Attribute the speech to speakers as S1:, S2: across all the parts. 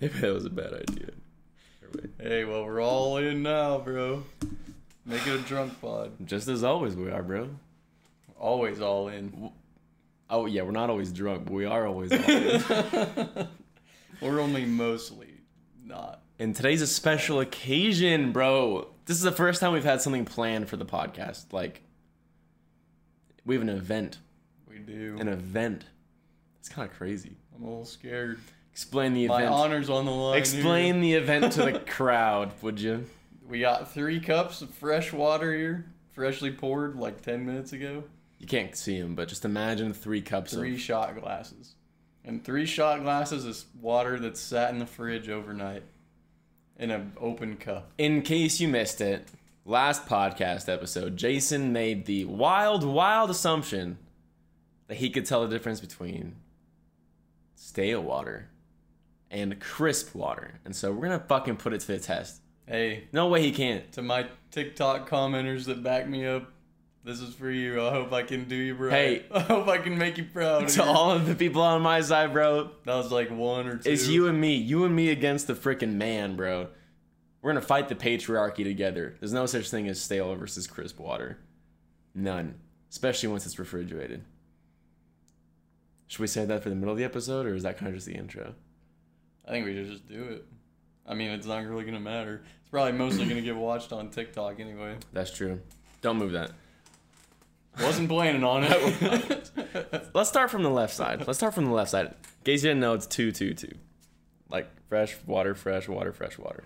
S1: Maybe that was a bad idea. Anyway,
S2: Hey, well, we're all in now, bro. Make it a drunk pod.
S1: Just as always, we are, bro.
S2: Always all in.
S1: Oh yeah, we're not always drunk, but we are always. All in.
S2: Or only mostly not.
S1: and today's a special occasion, bro. This is the first time we've had something planned for the podcast. Like, we have an event.
S2: We do.
S1: An event. It's kind of crazy.
S2: I'm a little scared.
S1: Explain the
S2: My
S1: event.
S2: honor's on the line.
S1: Explain the event to the crowd, would you?
S2: here. We got three cups of fresh water here, freshly poured like 10 minutes ago.
S1: You can't see him, but just imagine three cups
S2: Three
S1: of.
S2: shot glasses. And three shot glasses is water that sat in the fridge overnight in an open cup.
S1: In case you missed it, last podcast episode, Jason made the wild, wild assumption that he could tell the difference between stale water and crisp water. And so we're going to fucking put it to the test.
S2: Hey,
S1: No way he can't.
S2: to my TikTok commenters that back me up, this is for you. I hope I can do you right.
S1: Hey.
S2: I hope I can make you proud.
S1: To all of the people on my side, bro,
S2: that was like one or two.
S1: It's you and me. You and me against the freaking man, bro. We're gonna fight the patriarchy together. There's no such thing as stale versus crisp water. None. Especially once it's refrigerated. Should we say that for the middle of the episode, or is that kind of just the intro?
S2: I think we should just do it. I mean, it's not really gonna matter. It's probably mostly gonna get watched on TikTok anyway.
S1: That's true. Don't move that.
S2: Wasn't planning on it.
S1: Let's start from the left side. Let's start from the left side. In case you didn't know, it's two, two, two. Like fresh water, fresh water, fresh water.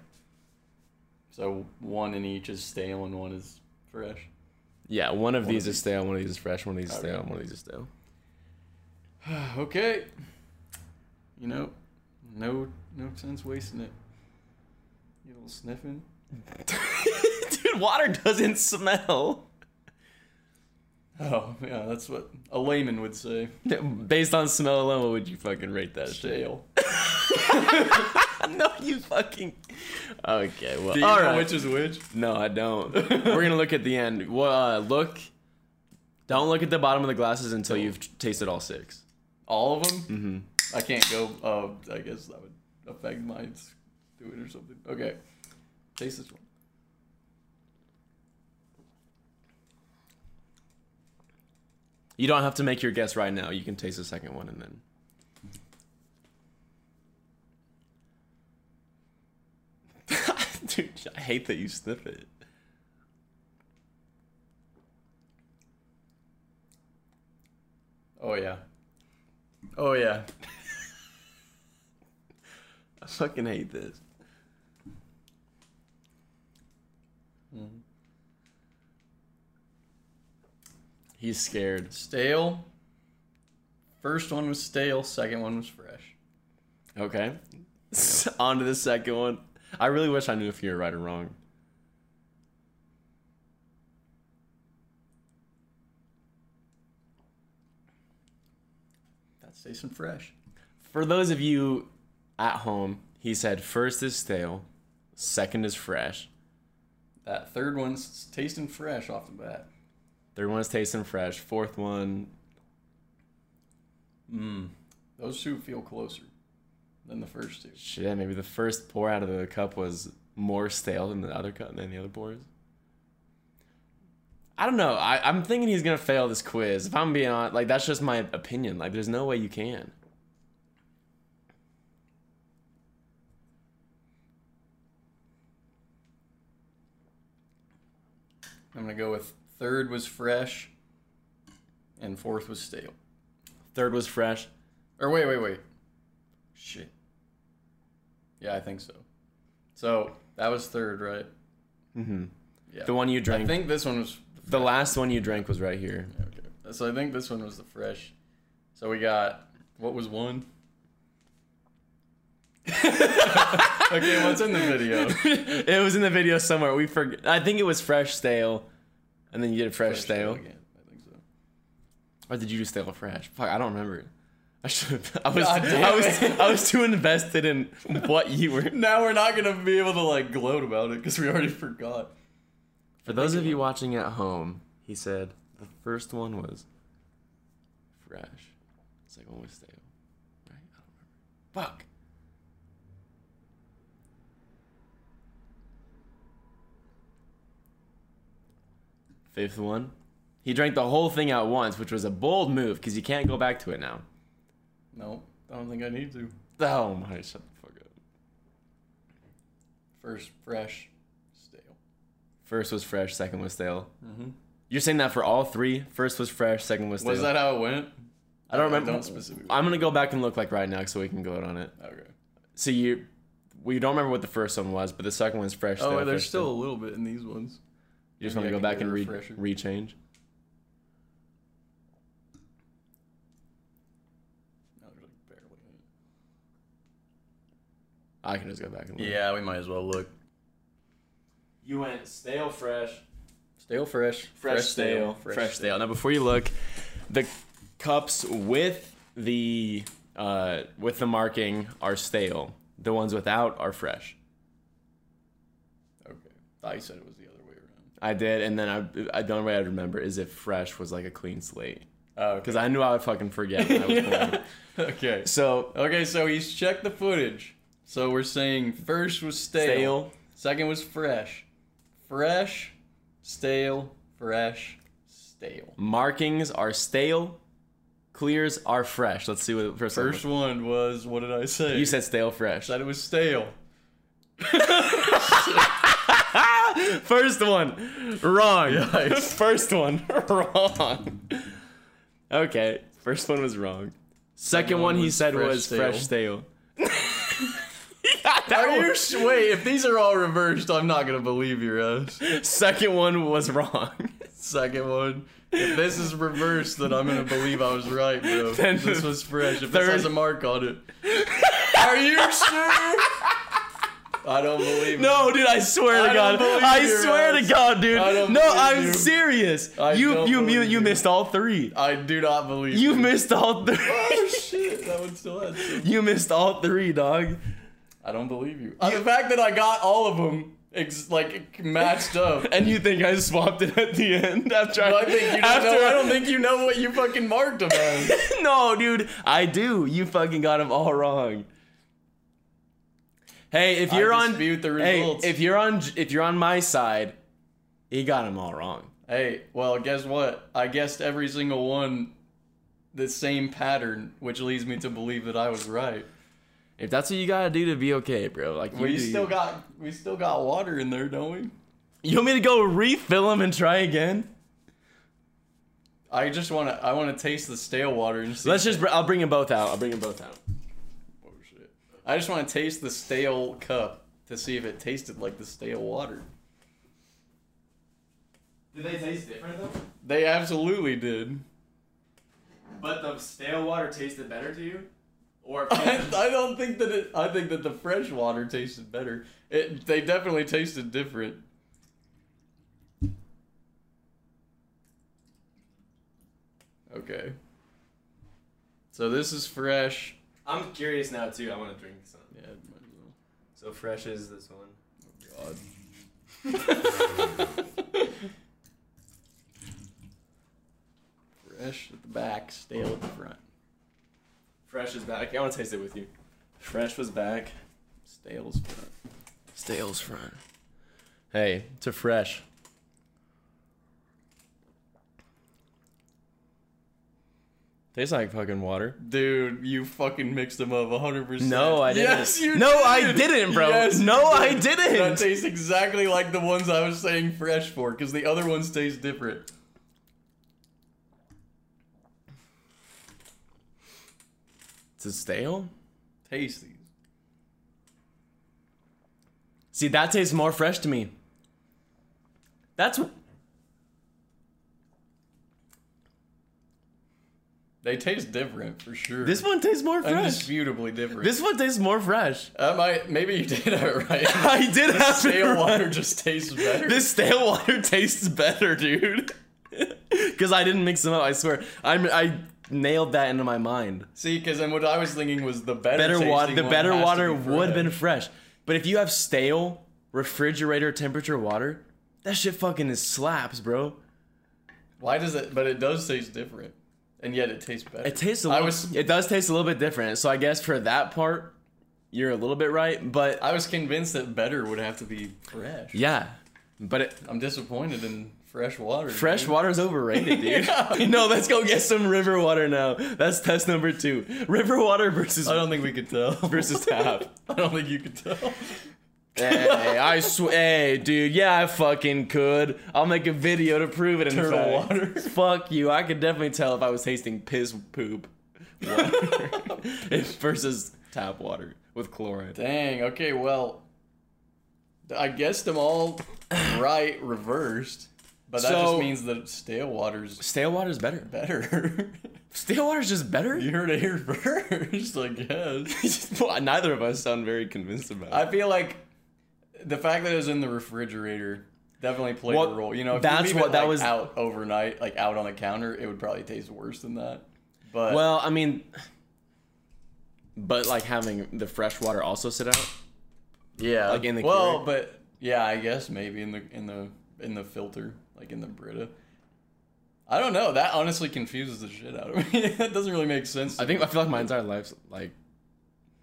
S2: so one in each is stale and one is fresh.
S1: Yeah, one of
S2: One
S1: these
S2: of
S1: is stale, one of these is fresh, one of these is
S2: Okay.
S1: stale, one of these is stale.
S2: okay. You know, no, no sense wasting it. You little sniffing.
S1: Dude, water doesn't smell.
S2: Oh yeah, that's what a layman would say.
S1: Based on smell alone, what would you fucking rate that shit?
S2: Stale.
S1: no, you fucking. Okay, well,
S2: Do you
S1: all
S2: know
S1: right.
S2: which is which?
S1: No, I don't. We're gonna look at the end. Well, uh, look. Don't look at the bottom of the glasses until you've t- tasted all six.
S2: All of them? I can't go. Oh, I guess that would affect my s- do it or something. Okay. Taste this one.
S1: You don't have to make your guess right now. You can taste the second one and then. Dude, I hate that you sniff it.
S2: Oh, yeah. Oh, yeah.
S1: I fucking hate this. Mm-hmm. He's scared.
S2: Stale. First one was stale. Second one was fresh.
S1: Okay. On to the second one. I really wish I knew if you were right or wrong.
S2: That's tasting fresh.
S1: For those of you at home, he said first is stale, second is fresh,
S2: That third one's s- tasting fresh off the bat.
S1: third one is tasting fresh, fourth one.
S2: Those two feel closer than the first two.
S1: Shit, maybe the first pour out of the cup was more stale than the other cup than the other pours. I don't know. I, I'm thinking he's gonna fail this quiz. If I'm being honest, like that's just my opinion. Like there's no way you can.
S2: I'm going to go with third was fresh and fourth was stale.
S1: Third was fresh.
S2: Or wait, wait, wait. Shit. Yeah, I think so. So that was third, right?
S1: Mm-hmm.
S2: Yeah.
S1: The one you
S2: I
S1: drank.
S2: think this one was.
S1: the last one you drank was right here.
S2: Okay. So I think this one was the fresh. So we got what was one? okay, what's in the video?
S1: it was in the video somewhere. We forget. I think it was fresh stale, and then you did fresh, stale,
S2: again. I think so.
S1: or did you do stale fresh? Fuck, I don't remember. I should. I was.
S2: God damn
S1: I was.
S2: it.
S1: I was too invested in what you were.
S2: Now we're not gonna be able to like gloat about it because we already forgot.
S1: For those of you watching at home, he said the first one was fresh. The second one was stale. Right? I don't remember. Fuck. Fifth one. He drank the whole thing at once, which was a bold move because you can't go back to it now.
S2: Nope. I don't think I need to.
S1: Oh my, shut the fuck up.
S2: First, fresh, stale.
S1: First was fresh, second was stale.
S2: Mm-hmm.
S1: You're saying that for all three? First was fresh, second was stale.
S2: Was that how it went?
S1: I don't remember.
S2: Don't specifically.
S1: I'm gonna go back and look like right now so we can vote on it.
S2: okay.
S1: So you, we don't remember what the first one was, but the second one's fresh.
S2: Oh,
S1: stale,
S2: there's
S1: fresh, stale.
S2: still a little bit in these ones.
S1: You just want
S2: maybe
S1: to go
S2: I can
S1: back
S2: get a
S1: and re
S2: refresher.
S1: rechange.
S2: No, there's like barely. any.
S1: I can just go back and look.
S2: Yeah, we might as well look.
S1: You went stale, fresh,
S2: Stale, fresh,
S1: fresh, stale, fresh, stale. Now before you look, the cups with the uh, with the marking are stale. The ones without are fresh.
S2: Okay. I said it was the other way around.
S1: I did, and then I, I the only way I remember is if fresh was like a clean slate
S2: Oh,
S1: because I knew I would fucking forget. When I was playing.
S2: okay.
S1: So
S2: Okay, so he's checked the footage. So we're saying first was stale,
S1: stale,
S2: second was fresh, fresh, stale, fresh, stale.
S1: markings are stale, clears are fresh. Let's see what the first,
S2: First
S1: first
S2: one was what did I say?
S1: you said stale fresh.
S2: said it was stale.
S1: First one, wrong. First one, wrong. Okay, first one was wrong. Second, one,
S2: one
S1: he
S2: was
S1: said
S2: fresh
S1: was
S2: stale.
S1: fresh stale.
S2: Are you sh- wait? If these are all reversed, I'm not gonna believe your ass.
S1: Second one was wrong.
S2: Second one. If this is reversed, then I'm gonna believe I was right, bro.
S1: Then
S2: this was fresh. If
S1: third-
S2: this has a mark on it, are you sure? I don't believe. it.
S1: No, dude, I swear to
S2: I
S1: God,
S2: don't believe
S1: I
S2: your
S1: swear
S2: ass.
S1: to God, dude.
S2: I don't
S1: no,
S2: believe
S1: I'm
S2: you.
S1: serious.
S2: I
S1: you
S2: don't
S1: you you,
S2: believe
S1: you
S2: you.
S1: missed all three.
S2: I do not believe.
S1: You
S2: it.
S1: missed all
S2: Oh
S1: three.
S2: shit! That one still has. some-
S1: you missed all three, dog.
S2: I don't believe you. Uh, the fact that I got all of them ex- like matched up.
S1: And you think I swapped it at the end after
S2: I think you don't
S1: after
S2: know. I don't think you know what you fucking marked them as.
S1: no, dude, I do. You fucking got them all wrong. Hey, if you're
S2: I
S1: on,
S2: dispute the
S1: hey,
S2: results.
S1: if you're on, if you're on my side, he got them all wrong.
S2: Hey, well, guess what? I guessed every single one the same pattern, which leads me to believe that I was right.
S1: If that's what you gotta do to be okay, bro, like you,
S2: We
S1: do
S2: still
S1: you.
S2: got we still got water in there, don't we?
S1: You want me to go refill them and try again?
S2: I just want to I want to taste the stale water and see.
S1: Let's just. br- I'll bring them both out. I'll bring them both out.
S2: Oh, shit. I just want to taste the stale cup to see if it tasted like the stale water.
S1: Did they taste different though?
S2: They absolutely did.
S1: But the stale water tasted better to you, or
S2: I, I don't think that it. I think that the fresh water tasted better. It they definitely tasted different. Okay. So this is fresh.
S1: I'm curious now too. I want to drink some.
S2: Yeah. might
S1: So fresh is this one.
S2: as well. God. Fresh at the back, stale at the front.
S1: Fresh is back. I want to taste it with you. Fresh was back.
S2: Stale's front.
S1: Stale's front. Hey, to fresh. Tastes like fucking water.
S2: Dude, you fucking mixed them up 100%.
S1: No, I didn't.
S2: Yes, you
S1: no, I
S2: did.
S1: didn't, bro.
S2: Yes, you
S1: no, I
S2: did. That
S1: didn't.
S2: tastes exactly like the ones I was saying fresh for, because the other ones taste different.
S1: It's a stale.
S2: Taste these.
S1: See, that tastes more fresh to me. That's
S2: They taste different for sure.
S1: this one tastes more fresh.
S2: undisputably different.
S1: This one tastes more fresh.
S2: I might maybe you did it right.
S1: I did have
S2: Stale
S1: to-
S2: water just tastes better.
S1: This stale water tastes better, dude. Because I didn't mix them up. I swear. I'm, I nailed that into my mind.
S2: See, because then what I was thinking was the better
S1: Better
S2: tasting
S1: water. The
S2: one
S1: better
S2: has to
S1: water
S2: be
S1: would have been
S2: fresh.
S1: fresh. But if you have stale refrigerator temperature water, that shit fucking is slaps, bro.
S2: Why does it? But it does taste different, and yet it tastes better.
S1: It tastes a
S2: I
S1: little.
S2: was
S1: it does taste a little bit different. So I guess for that part, you're a little bit right. But
S2: I was convinced that better would have to be fresh.
S1: yeah, but it,
S2: I'm disappointed in Fresh water.
S1: Fresh
S2: dude.
S1: water's overrated, dude.
S2: Yeah.
S1: No, let's go get some river water now. That's test number two. River water versus
S2: I don't think we could tell.
S1: versus tap.
S2: I don't think you could tell.
S1: hey, I swear, hey, dude. Yeah, I fucking could. I'll make a video to prove it. In
S2: Turtle
S1: fact.
S2: water.
S1: Fuck you. I could definitely tell if I was tasting piss poop water versus tap water with chlorine.
S2: Dang. Okay. Well, I guessed them all right reversed, but that
S1: So-
S2: just means that stale water's
S1: Stale water's better.
S2: better.
S1: Stale water's just better.
S2: you heard it here first, I guess.
S1: Well, Neither of us sound very convinced about it.
S2: I feel like the fact that it was in the refrigerator definitely played
S1: Well,
S2: a role. You know, if
S1: that's
S2: you leave
S1: what-
S2: it,
S1: that
S2: like,
S1: was-
S2: out overnight, like out on the counter, it would probably taste worse than that. But
S1: Well, I mean, but like having the fresh water also sit out.
S2: yeah,
S1: like in the
S2: well,
S1: Keurig.
S2: but yeah, I guess maybe in the in the in the filter, like in the Brita. I don't know. That honestly confuses the shit out of me. that doesn't really make sense.
S1: I think I feel like my entire life's like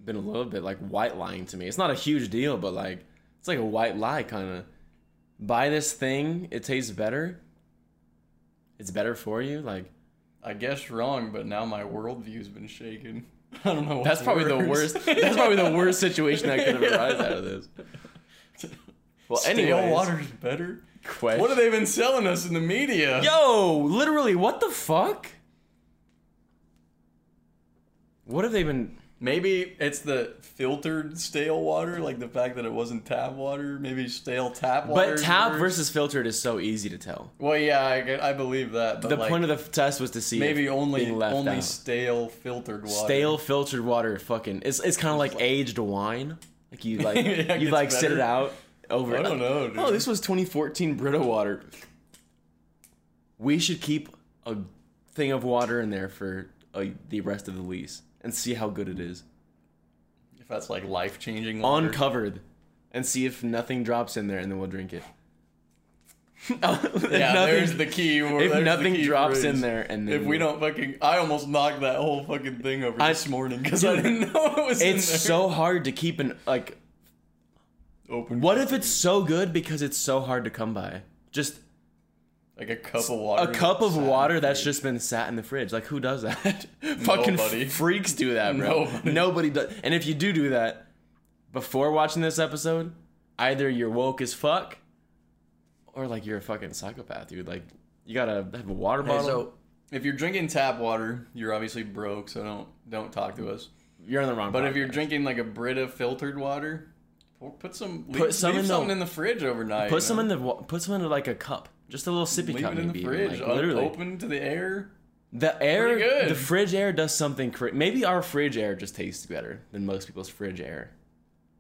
S1: been a little bit like white lying to me. It's not a huge deal, but like it's like a white lie kind of. Buy this thing, it tastes better. It's better for you. Like
S2: I guess wrong, but now my worldview's been shaken. I don't know. What's
S1: that's probably the worst. That's probably the worst situation that could have arisen out of this. Well,
S2: Stale
S1: anyways,
S2: water's better.
S1: question.
S2: What have they been selling us in the media?
S1: Yo, literally, what the fuck? What have they been?
S2: Maybe it's the filtered stale water, like the fact that it wasn't tap water. Maybe stale tap water.
S1: But
S2: is
S1: tap
S2: worse.
S1: versus filtered is so easy to tell.
S2: Well, yeah, I, get- I believe that. But
S1: The
S2: like,
S1: point of the f- test was to see if
S2: maybe only
S1: being left
S2: only
S1: out.
S2: stale filtered water.
S1: stale filtered water. Fucking, it's it's kind of like aged wine. Like you like
S2: Yeah, it
S1: you
S2: gets
S1: like sit
S2: better.
S1: it out over.
S2: I don't know, dude.
S1: Oh, this was 2014 Brita water. We should keep a thing of water in there for uh, the rest of the lease and see how good it is
S2: If that's like life changing water.
S1: uncovered, and see if nothing drops in there, and then we'll drink it. Oh,
S2: yeah, there's the key. where- there's
S1: if
S2: the
S1: nothing
S2: key
S1: drops
S2: phrase.
S1: in there, and then
S2: If we
S1: we'll-
S2: don't fucking, I almost knocked that whole fucking thing over
S1: I-
S2: this morning because I
S1: Dude,
S2: didn't know it was in
S1: it's
S2: there.
S1: so hard to keep an like
S2: open.
S1: What if it's so good because it's so hard to come by? Just
S2: like a cup of water?
S1: a cup of
S2: Sad.
S1: water that's just been sat in the fridge. Like who does that? Fucking
S2: Nobody.
S1: freaks do that, bro.
S2: Nobody.
S1: does. And if you do do that before watching this episode, either you're woke as fuck or like you're a fucking psychopath, dude. Like you got to have a water
S2: Hey,
S1: bottle.
S2: so if you're drinking tap water, you're obviously broke, so don't don't talk to us.
S1: you're on the wrong
S2: But if you're
S1: podcast.
S2: drinking like a Brita filtered water, pour- put some leave,
S1: Put some
S2: leave
S1: in the-
S2: something in the fridge overnight.
S1: put some in the wa- put some in like a cup. Just a little sippy
S2: leave
S1: cup
S2: it in
S1: maybe.
S2: the
S1: even,
S2: fridge,
S1: like,
S2: un-
S1: literally.
S2: open to the air.
S1: The air,
S2: Pretty good.
S1: the fridge air does something. Cra- Maybe our fridge air just tastes better than most people's fridge air.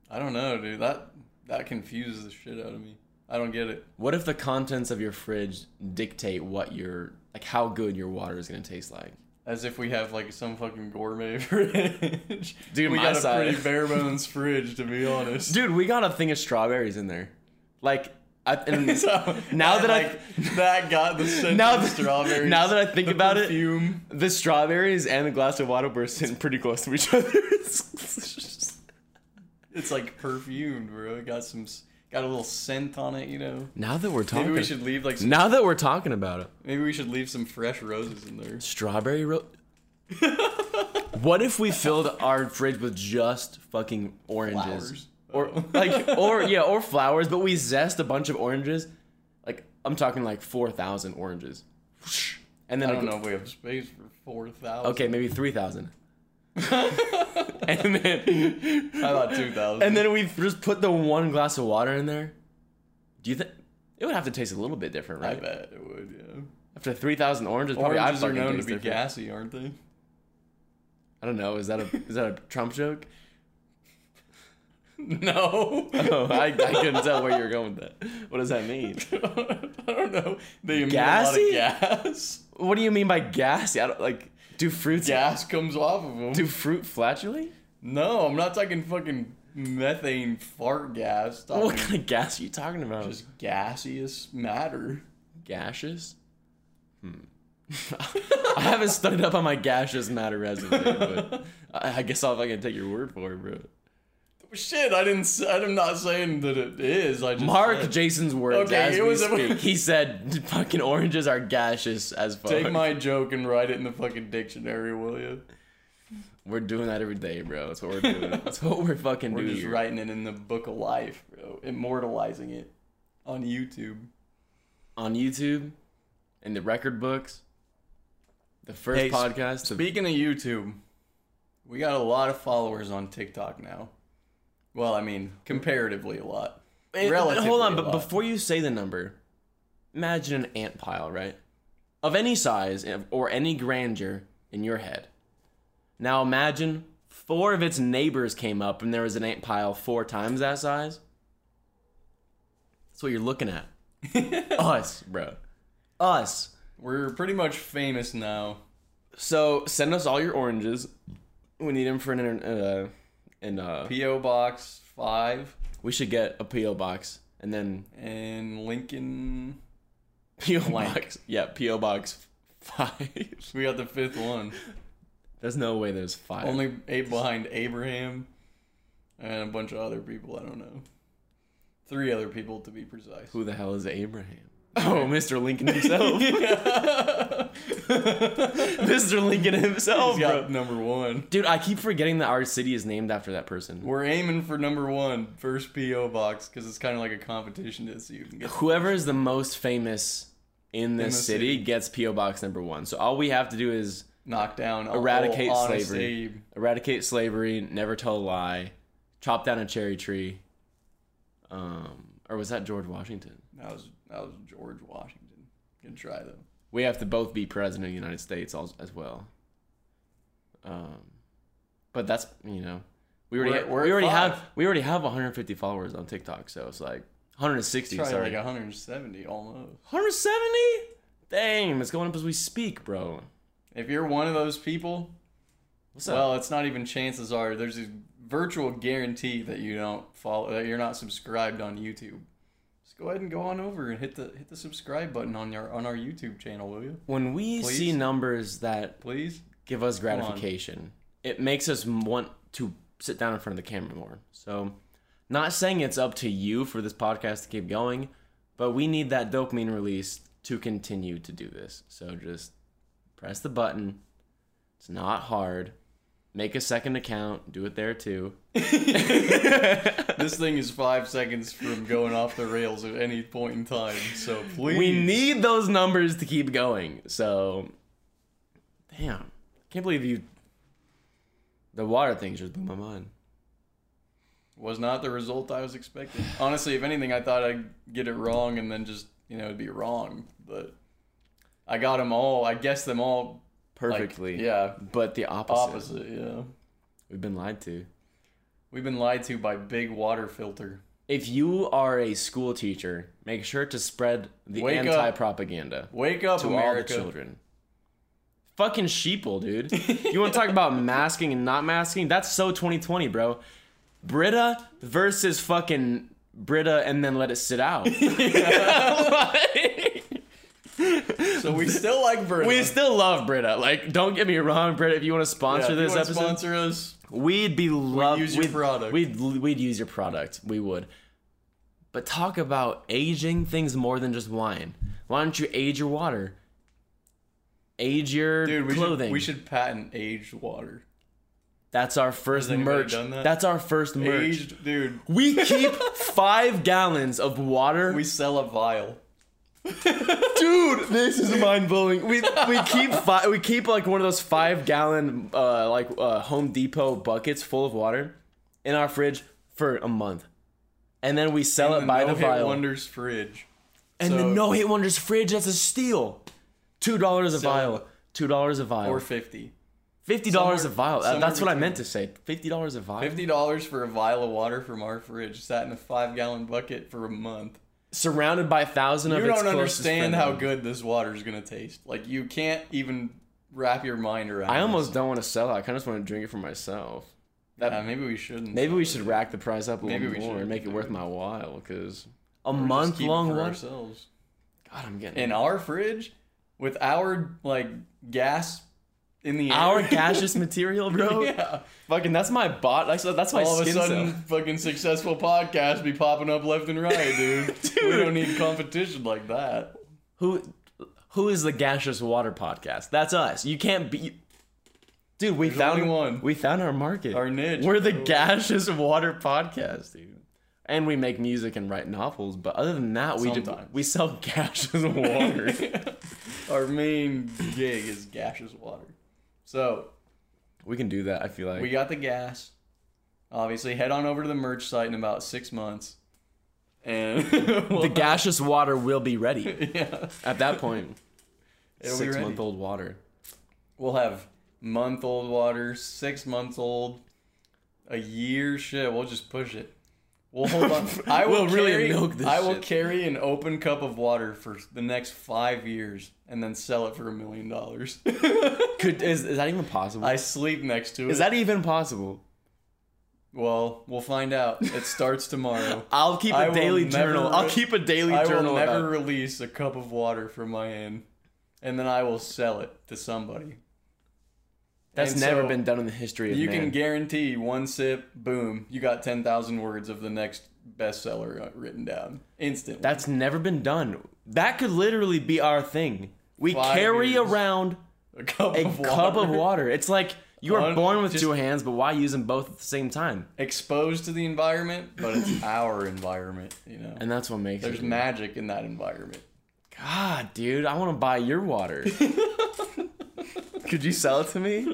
S2: I don't know, dude. That that confuses the shit out of me. I don't get it.
S1: What if the contents of your fridge dictate what your like how good your water is gonna taste like?
S2: As if we have like some fucking gourmet fridge.
S1: Dude,
S2: we
S1: my
S2: got a
S1: side-
S2: pretty bare bones fridge, to be honest.
S1: Dude, we got a thing of strawberries in there. Like, I, and
S2: So,
S1: Now that I-
S2: like, that got the scent
S1: now
S2: of
S1: that
S2: strawberries.
S1: now that I think
S2: the
S1: about it,
S2: perfume.
S1: the strawberries and the glass of water were sitting pretty close to each other.
S2: It's like perfumed, bro. It got some, s- got a little scent on it, you know.
S1: now that we're
S2: Maybe
S1: talking,
S2: we should leave like, some,
S1: now that we're talking about it,
S2: maybe we should leave some fresh roses in there.
S1: Strawberry ro what if we filled our fridge with just fucking oranges?
S2: Flowers. Oh.
S1: Or like or yeah, or flowers, but we zest a bunch of oranges. Like I'm talking like 4,000 oranges. Whoosh. And then
S2: I
S1: like,
S2: don't know if we have space for four thousand.
S1: okay, maybe 3,000. and then
S2: how about two thousand?
S1: and then we just put the one glass of water in there. Do you think it would have to taste a little bit different,
S2: I
S1: right?
S2: bet it would. Yeah.
S1: After 3,000 oranges, probably I'd
S2: Oranges are
S1: fucking
S2: known to
S1: taste
S2: be
S1: different.
S2: gassy, aren't they?
S1: I don't know. Is that a is that a Trump joke?
S2: No.
S1: Oh, I, I couldn't tell where you were going with that. What does that mean?
S2: I don't know. They emit
S1: Gassy?
S2: a lot of gas.
S1: What do you mean by gassy? I don't like. Do fruits
S2: Gas comes off of them.
S1: do fruit flatulate?
S2: No, I'm not talking fucking methane fart gas. Talking
S1: What kind of gas are you talking about?
S2: Uh, just gaseous matter.
S1: gaseous. Hmm. I haven't studied up on my gaseous matter resume, but I, I guess I'll fucking take your word for it, bro.
S2: Shit, I didn't. s- I'm not saying that it is. I just
S1: Mark
S2: said-
S1: Jason's words
S2: Okay,
S1: as
S2: it
S1: we
S2: was a-
S1: speak. he said, "Fucking oranges are gaseous as fuck."
S2: Take my joke and write it in the fucking dictionary, will you?
S1: We're doing that every day, bro. That's what we're doing. That's what we're fucking
S2: We're
S1: doing.
S2: just writing it in the book of life, bro. Immortalizing it on YouTube.
S1: On YouTube, in the record books, the first
S2: Hey, s-
S1: podcast. to-
S2: Speaking of YouTube, we got a lot of followers on TikTok now. Well, I mean, comparatively a lot.
S1: Eh,
S2: Relatively
S1: hold on,
S2: a
S1: but
S2: lot.
S1: before you say the number, imagine an ant pile, right? Of any size or any grandeur in your head. Now imagine four of its neighbors came up and there was an ant pile four times that size. That's what you're looking at. Us, bro. Us.
S2: We're pretty much famous now.
S1: So send us all your oranges. We need them for an inter- uh, and uh,
S2: P.O. Box 5
S1: we should get a PO box and then
S2: and Lincoln.
S1: PO box. Yeah, PO box five.
S2: We got the fifth one.
S1: There's no way there's five.
S2: Only eight behind Abraham and a bunch of other people. I don't know. Three other people to be precise.
S1: Who the hell is Abraham? Oh, Mr. Lincoln himself. Mr. Lincoln himself,
S2: He's got
S1: bro.
S2: number one.
S1: Dude, I keep forgetting that our city is named after that person.
S2: We're aiming for number one, first PO box, because it's kind of like a competition to see who can get.
S1: Whoever is the most famous in this
S2: the
S1: city, gets PO box number one. So all we have to do is
S2: knock down, all
S1: Eradicate
S2: honest
S1: slavery.
S2: Abe.
S1: eradicate slavery, never tell a lie, chop down a cherry tree. Um, or was that George Washington?
S2: That was that was George Washington. Good try though.
S1: We have to both be president of the United States als- as well. Um, but that's you know, we already
S2: We're- we're
S1: we
S2: at
S1: already
S2: five.
S1: have we already have 150 followers on TikTok, so it's like 160.
S2: Try
S1: sorry.
S2: like 170 almost.
S1: 170? Damn, it's going up as we speak, bro.
S2: If you're one of those people,
S1: What's up?
S2: well, it's not even chances are. There's a virtual guarantee that you don't follow, that you're not subscribed on YouTube. Just go ahead and go on over and hit the hit the subscribe button on your on our YouTube channel, will you?
S1: when we
S2: please?
S1: see numbers that
S2: Please.
S1: give us
S2: on.
S1: gratification. It makes us want to sit down in front of the camera more. So, not saying it's up to you for this podcast to keep going, but we need that dopamine release to continue to do this. So, just press the button. It's not hard. Make a second account, do it there too.
S2: this thing is five seconds from going off the rails at any point in time. So please.
S1: We need those numbers to keep going. So, damn. Can't believe you. The water thing just blew my mind.
S2: was not the result I was expecting. Honestly, if anything, I thought I'd get it wrong and then just you know it'd be wrong. But I got them all. I guessed them all like,
S1: Perfectly.
S2: yeah,
S1: But the opposite.
S2: opposite. Yeah,
S1: We've been lied to.
S2: we've been lied to by big water filter.
S1: If you are a school teacher, make sure to spread the
S2: Wake up.
S1: anti-propaganda
S2: Wake up,
S1: to
S2: America!
S1: all the children. Fucking sheeple, dude. you want to talk about masking and not masking? That's so 2020, bro. Brita versus fucking Brita and then let it sit out.
S2: So we still like Bernie.
S1: we still love Brita. Like, don't get me wrong, Brita, if you want to sponsor this episode,
S2: Sponsor us.
S1: We'd be love.
S2: use your product.
S1: We'd we'd use your product. We would. But talk about aging things more than just wine. Why don't you age your water? Age your
S2: Dude, we
S1: clothing.
S2: should we should patent aged water.
S1: That's our first
S2: anybody
S1: merch.
S2: done that?
S1: That's our first merch.
S2: Aged, dude.
S1: We keep five gallons of water.
S2: We sell a vial.
S1: Dude, this is mind blowing. We we keep fi- we keep like one of those five gallon uh like uh, Home Depot buckets full of water in our fridge for a month, and then we sell it
S2: The
S1: by
S2: no
S1: the vial.
S2: Wonders fridge.
S1: and the
S2: so-
S1: No Hit Wonders fridge that's a steal. Two dollars a
S2: Sell it.
S1: vial. Two dollars a vial.
S2: Or
S1: Or
S2: fifty.
S1: fifty dollars a
S2: somewhere-
S1: vial. That-
S2: somewhere
S1: That's what I
S2: between.
S1: meant to say. Fifty dollars a vial.
S2: Fifty dollars for a vial of water from our fridge, sat in a five gallon bucket for a month.
S1: Surrounded by a thousand of
S2: You
S1: its
S2: don't
S1: closest
S2: understand
S1: friends.
S2: how good this water is gonna taste. Like you can't even wrap your mind around.
S1: I almost don't want to sell it. I kind of just want to drink it for myself.
S2: this. Yeah, maybe we shouldn't.
S1: Maybe we should rack the price up a little
S2: Maybe we
S1: more
S2: should.
S1: and make it worth my while because a
S2: We're just
S1: month
S2: keeping it
S1: long
S2: for
S1: one.
S2: ourselves
S1: God, I'm getting
S2: in our fridge with our like gas in the air.
S1: Our gaseous material, bro.
S2: yeah.
S1: Fucking, that's my bot. That's, that's my
S2: All of a
S1: skin
S2: sudden,
S1: cell.
S2: fucking successful podcasts be popping up left and right, dude. We
S1: Dude.
S2: don't need competition like that.
S1: Who, who is the gaseous water podcast? That's us. You can't be. Dude, we found
S2: only one.
S1: We found our market.
S2: Our niche,
S1: We're the
S2: bro.
S1: gaseous water podcast, dude. And we make music and write novels, but other than that, we do,
S2: Sometimes.
S1: we sell gaseous water.
S2: Our main gig is gaseous water. So
S1: we can do that. I feel like
S2: we got the gas. Obviously, head on over to the merch site in about six months, and we'll-
S1: the gaseous water will be ready
S2: yeah,
S1: at that point.
S2: it'll be
S1: Six
S2: ready.
S1: month old water.
S2: We'll have month old water, six months old, a year. Shit, we'll just push it. We'll hold on. I will
S1: We'll really
S2: carry,
S1: milk this
S2: I will
S1: shit.
S2: carry an open cup of water for the next five years and then sell it for a million dollars.
S1: Could is, is that even possible?
S2: I sleep next to it.
S1: is that even possible?
S2: well, we'll find out. It starts tomorrow.
S1: I'll keep a
S2: I will
S1: daily
S2: never
S1: journal.
S2: re-
S1: I'll keep a daily
S2: I
S1: journal.
S2: will
S1: about-
S2: never release a cup of water from my hand, and then I will sell it to somebody.
S1: That's
S2: And
S1: never
S2: so
S1: been done in the history of
S2: You
S1: man.
S2: can guarantee one sip, boom, you got ten thousand words of the next bestseller uh, written down instantly.
S1: That's never been done. That could literally be our thing. We
S2: Five
S1: carry
S2: years.
S1: around
S2: a cup
S1: a
S2: of water.
S1: cup of water. It's like you were
S2: Un-
S1: born with
S2: just-
S1: two hands, but why use them both at the same time?
S2: Exposed to the environment, but it's our environment. You know,
S1: And that's what makes
S2: there's
S1: it.
S2: magic in that environment.
S1: God, dude, I want to buy your water. could you sell it to me?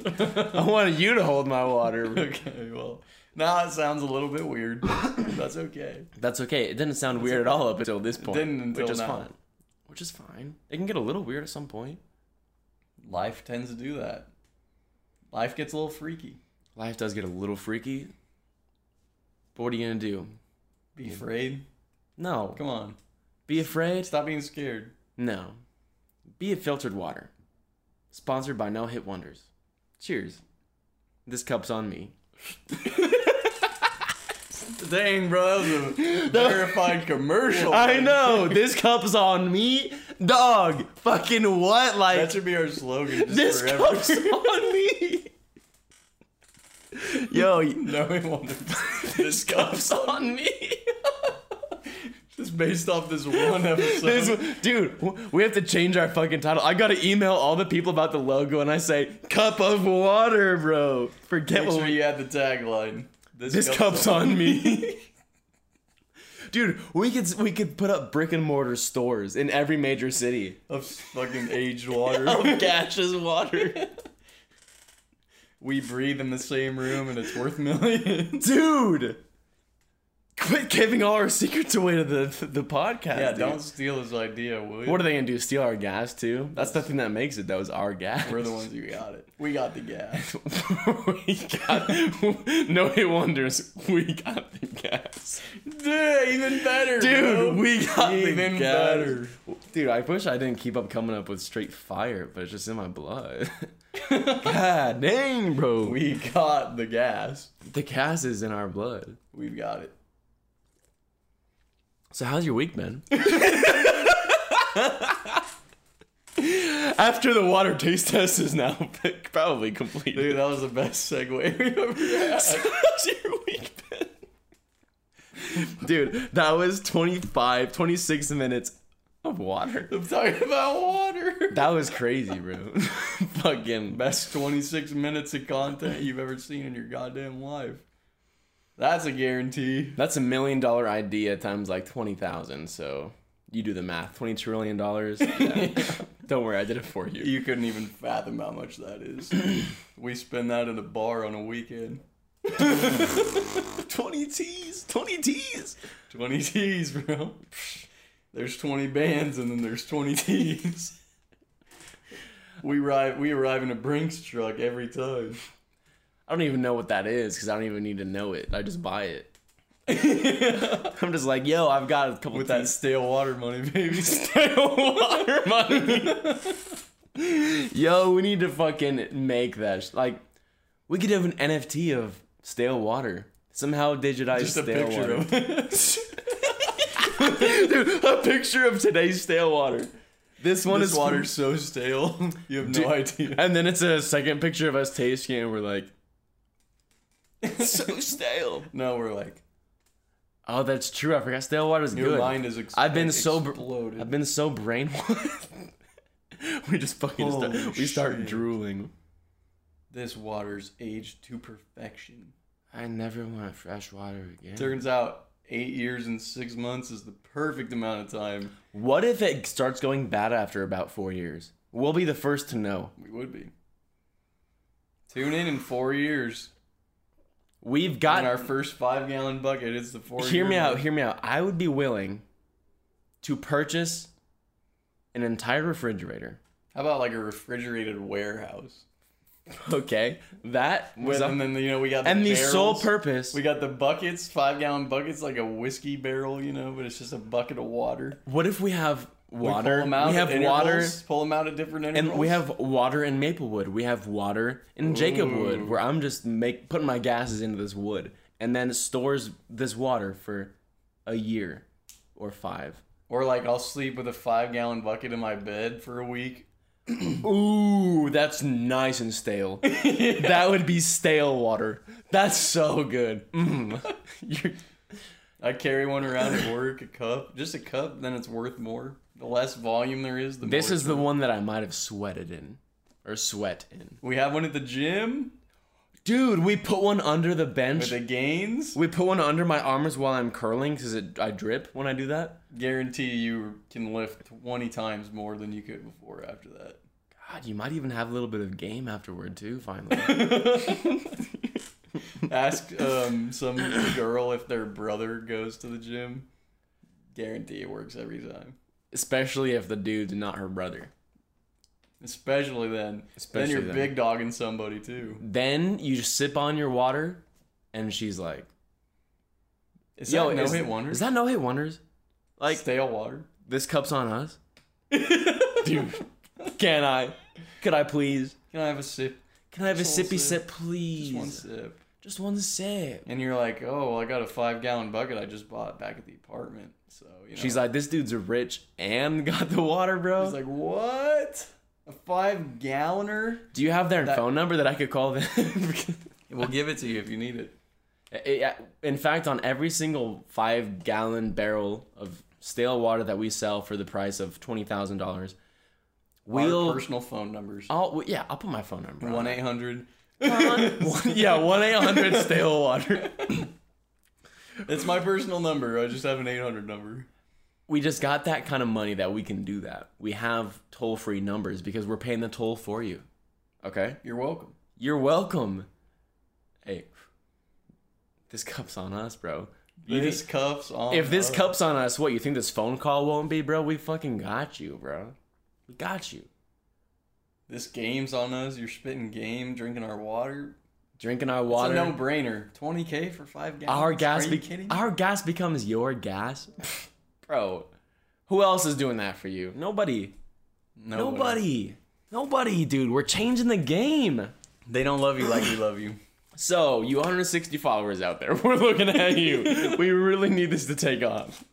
S1: I wanted you to hold my water.
S2: Okay, well, now it sounds a little bit weird. That's okay.
S1: That's okay. It didn't sound weird at all up until this point.
S2: didn't until
S1: which is
S2: now.
S1: fine. Which is fine. It can get a little weird at some point.
S2: Life tends to do that. Life gets a little freaky.
S1: Life does get a little freaky. But what are you gonna do?
S2: Be afraid.
S1: No.
S2: Come on.
S1: Be afraid?
S2: Stop being scared.
S1: No. Be a filtered water. Sponsored by No Hit Wonders. Cheers. This cup's on me.
S2: Dang, bro, that was a verified commercial.
S1: I know. This cup's on me. Dog. Fucking what? Like
S2: That should be our slogan. Just
S1: this
S2: forever.
S1: cup's on me. Yo, y-
S2: No, we won't.
S1: this cup's on me.
S2: Just based off this one episode.
S1: This, dude, w- we have to change our fucking title. I gotta email all the people about the logo, and I say "cup of water, bro." Forget
S2: Make
S1: what
S2: sure
S1: we
S2: you add the tagline.
S1: This cup's on me. Dude, we could we could put up brick and mortar stores in every major city.
S2: of fucking aged water.
S1: gaseous water.
S2: We breathe in the same room and it's worth millions.
S1: Dude. Quit giving all our secrets away to the the podcast.
S2: Yeah,
S1: dude.
S2: don't steal his idea, will you?
S1: What are they gonna do? Steal our gas too? That's the thing that makes it though, is our gas.
S2: We're the ones who got it. We got the gas.
S1: we got No Hit Wonders, we got the gas.
S2: Dude, even better, bro.
S1: Dude, we got
S2: Even
S1: the gas.
S2: better.
S1: Dude, I wish I didn't keep up coming up with straight fire, but it's just in my blood. God dang, bro.
S2: We got the gas.
S1: the gas is in our blood.
S2: We've got it.
S1: So how's your week been? After the water taste test is now probably complete.
S2: Dude, that was the best segue we ever had.
S1: How's your week been? Dude, that was 25, 26 minutes of water.
S2: I'm talking about water.
S1: That was crazy, bro. Fucking
S2: Best 26 minutes of content you've ever seen in your goddamn life. That's a guarantee.
S1: That's a million dollar idea times like 20,000. So you do the math. 20 trillion dollars. Yeah. Don't worry, I did it for you.
S2: You couldn't even fathom how much that is. we spend that at a bar on a weekend.
S1: 20 T's. 20 T's.
S2: 20 T's, bro. There's 20 bands and then there's 20 T's. We arrive, we arrive in a Brinks truck every time.
S1: I don't even know what that is because I don't even need to know it. I just buy it. I'm just like, yo, I've got a couple
S2: With that
S1: T's.
S2: stale water money, baby.
S1: water money. yo, we need to fucking make that. Sh- like, we could have an NFT of stale water. Somehow digitized
S2: Just a
S1: stale water.
S2: picture of it.
S1: Dude, a picture of today's stale water. This one
S2: this
S1: is
S2: water's so stale. You have
S1: Dude.
S2: no idea.
S1: And then it's a second picture of us tasting it, and we're like, it's so stale.
S2: No, we're like
S1: Oh, that's true. I forgot stale water is
S2: your
S1: good.
S2: mind is. Ex-
S1: I've been so br-
S2: exploded.
S1: I've been so brainwashed. we just fucking just
S2: Holy
S1: we start
S2: shit.
S1: drooling.
S2: this water's aged to perfection.
S1: I never want fresh water again.
S2: Turns out eight years and six months is the perfect amount of time.
S1: What if it starts going bad after about four years? We'll be the first to know.
S2: We would be. Tune in in four years.
S1: We've
S2: On
S1: got.
S2: our first five gallon bucket, it's the four.
S1: hear me
S2: year
S1: out.
S2: mark.
S1: Hear me out. I would be willing to purchase an entire refrigerator.
S2: How about like a refrigerated warehouse?
S1: Okay, that was
S2: and then you know we got the
S1: and the
S2: barrels.
S1: sole purpose.
S2: We got the buckets, five gallon buckets, like a whiskey barrel, you know, but it's just a bucket of water.
S1: what if we have
S2: We pull
S1: water? We,
S2: them out at
S1: have water,
S2: intervals, Pull them out at different intervals.
S1: and we have water in Maplewood. We have water in Jacob Wood, where I'm just make putting my gases into this wood, and then it stores this water for a year or five.
S2: or like I'll sleep with a five gallon bucket in my bed for a week.
S1: Ooh, that's nice and stale. That would be stale water. That's so good. Mm. You're-
S2: I carry one around at work, a cup, just a cup. Then it's worth more. The less volume there is, the
S1: this
S2: more
S1: is the one that I might have sweated in, or sweat in.
S2: we have one at the gym
S1: Dude, we put one under the
S2: with
S1: bench.
S2: the gains.
S1: We put one under my arms while I'm curling because I drip when I do that.
S2: Guarantee you can lift twenty times more than you could before after that.
S1: God, you might even have a little bit of game afterward too. Finally,
S2: Ask um, some girl if their brother goes to the gym. Guarantee it works every time.
S1: especially if the dude's not her brother.
S2: Especially then.
S1: Especially
S2: then you're
S1: then.
S2: big dogging somebody too.
S1: Then you just sip on your water, and she's like,
S2: Is
S1: "Yo,
S2: that no
S1: is-
S2: hit wonder?
S1: Is that no hit wonders?
S2: like stale water?
S1: This cup's on us,
S2: Dude,
S1: Can I? Could I please?
S2: can I have a sip?
S1: Can I have
S2: Just
S1: a
S2: a
S1: sippy
S2: little sip.
S1: sip,
S2: Just
S1: please?
S2: one sip.
S1: Just one sip.
S2: And you're like, oh, well, I got a five gallon bucket I just bought back at the apartment. So you know.
S1: She's like, this dude's rich and got the water, bro.
S2: she's like, what? A five galloner?
S1: Do you have their
S2: that-
S1: phone number that I could call them?
S2: We'll give it to you if you need it.
S1: In fact, on every single five gallon barrel of stale water that we sell for the price of $20,000,
S2: Our
S1: we'll.
S2: personal phone numbers.
S1: I'll, well, yeah, I'll put my phone number on.
S2: One eight hundred.
S1: One- yeah, 1 800 stale water.
S2: It's my personal number. I just have an 800 number.
S1: We just got that kind of money that we can do that. We have toll free numbers because we're paying the toll for you. Okay?
S2: You're welcome.
S1: You're welcome. Hey, this cup's on us, bro. You
S2: this cuff's on.
S1: If this
S2: us.
S1: cup's on us, what you think this phone call won't be, bro? We fucking got you, bro. We got you.
S2: this game's on us, you're spitting game, drinking our water.
S1: Drinking our
S2: It's a
S1: water.
S2: no-brainer. 20k for five gallons.
S1: our gas.
S2: Are
S1: Be-
S2: you kidding?
S1: Our gas becomes your gas, bro. Who else is doing that for you? Nobody.
S2: No way.
S1: Nobody. Nobody, dude. We're changing the game.
S2: They don't love you like we love you.
S1: So you 160 followers out there, we're looking at you. we really need this to take off.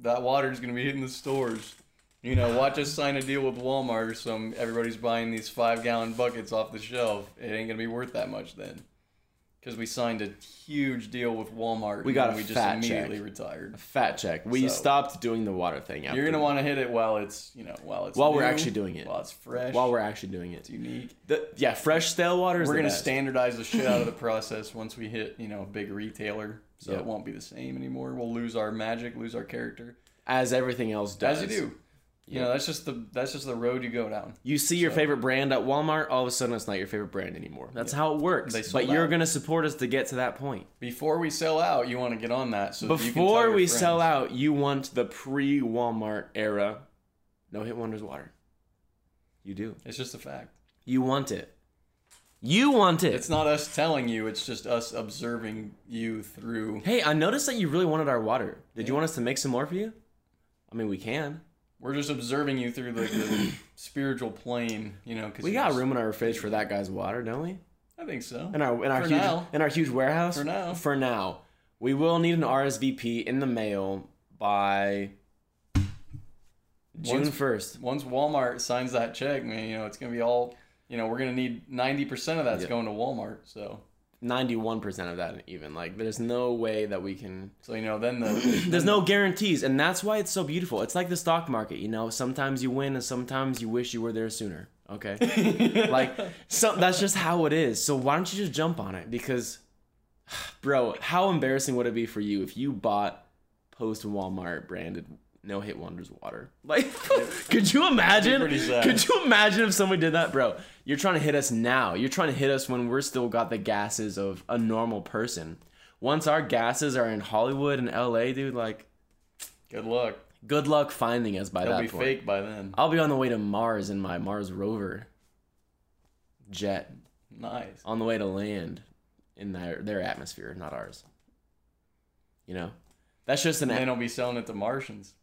S2: That water's gonna be hitting the stores. You know, watch us sign a deal with Walmart or some. Everybody's buying these five-gallon buckets off the shelf. It ain't gonna be worth that much then, because we signed a huge deal with Walmart.
S1: We got
S2: and
S1: a
S2: we just
S1: fat check.
S2: immediately retired.
S1: Fat check. We
S2: So-
S1: stopped doing the water thing. After
S2: You're gonna want to hit it while it's you know while it's
S1: While we're
S2: new,
S1: actually doing it.
S2: while it's fresh
S1: while we're actually doing it.
S2: it's unique.
S1: The- yeah, fresh stale water is
S2: We're
S1: the
S2: gonna
S1: best.
S2: standardize the shit out of the process once we hit you know a big retailer, so
S1: Yeah.
S2: it won't be the same anymore. We'll lose our magic, lose our character,
S1: as everything else does.
S2: as you do. You know that's just the that's just the road you go down.
S1: You see your favorite brand at Walmart, all of a sudden it's not your favorite brand anymore. That's how it works.
S2: They sold
S1: But you're
S2: out.
S1: going to support us to get to that point.
S2: Before we sell out, you want to get on that. So that you can tell
S1: Before
S2: your
S1: we
S2: friends.
S1: sell out, you want the pre Walmart era No Hit Wonders water. You do.
S2: it's just a fact.
S1: You want it. You want it.
S2: It's not us telling you; it's just us observing you through.
S1: hey, I noticed that you really wanted our water. Did you want us to make some more for you? I mean, we can.
S2: We're just observing you through like the spiritual plane, you know. Cause
S1: We
S2: you
S1: got
S2: just-
S1: room in our fridge for that guy's water, don't we?
S2: I think so.
S1: in our in our
S2: For
S1: huge
S2: now.
S1: in our huge warehouse
S2: For now.
S1: For now, we will need an RSVP in the mail by June
S2: Once-
S1: first.
S2: Once Walmart signs that check, man, you know it's gonna be all. You know we're gonna need ninety percent of that's
S1: Yeah.
S2: going to Walmart. So
S1: Ninety-one percent of that, even like, there's no way that we can.
S2: so you know then the
S1: There's no guarantees, and that's why it's so beautiful. It's like the stock market, you know. Sometimes you win, and sometimes you wish you were there sooner. Okay, like so that's just how it is. So why don't you just jump on it? Because, bro, how embarrassing would it be for you if you bought post Walmart branded no hit wonders water? Like, could you imagine?
S2: pretty sad.
S1: Could you imagine if somebody did that, bro? You're trying to hit us now. You're trying to hit us when we're still got the gases of a normal person. Once our gases are in Hollywood and LA, dude, like,
S2: good luck.
S1: good luck finding us by
S2: They'll
S1: that
S2: be
S1: point.
S2: fake by then.
S1: I'll be on the way to Mars in my Mars rover jet
S2: Nice.
S1: on the way to land in their their atmosphere, not ours. You know, that's just an
S2: And then they'll be selling it to Martians.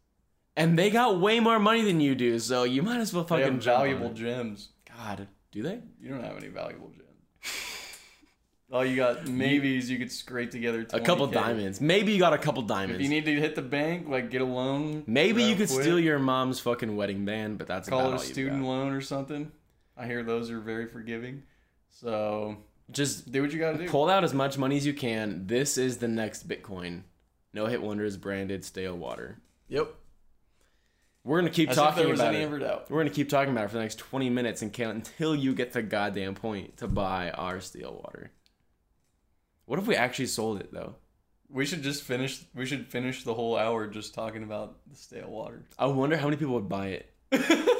S1: and they got way more money than you do, so you might as well
S2: They
S1: fucking
S2: have
S1: jump on
S2: valuable
S1: it.
S2: gems.
S1: God, do they?
S2: You don't have any valuable gems. All you got maybes you could scrape together.
S1: A couple
S2: 20K.
S1: diamonds. Maybe you got a couple
S2: If
S1: diamonds.
S2: you need to hit the bank, like get a loan.
S1: Maybe you
S2: real
S1: could
S2: quick,
S1: steal your mom's fucking wedding band, but that's
S2: call
S1: about
S2: it a
S1: all you
S2: student
S1: got.
S2: loan or something. I hear those are very forgiving. So
S1: Just
S2: do what you gotta do.
S1: pull out as much money as you can. This is the next Bitcoin. No hit wonders branded stale water.
S2: Yep.
S1: We're gonna keep
S2: As if
S1: talking
S2: there was
S1: about
S2: any
S1: it.
S2: ever doubt.
S1: We're gonna keep talking about it for the next 20 minutes and count until you get the goddamn point to buy our steel water. What if we actually sold it though?
S2: We should just finish. We should finish the whole hour just talking about the stale water.
S1: I wonder how many people would buy it.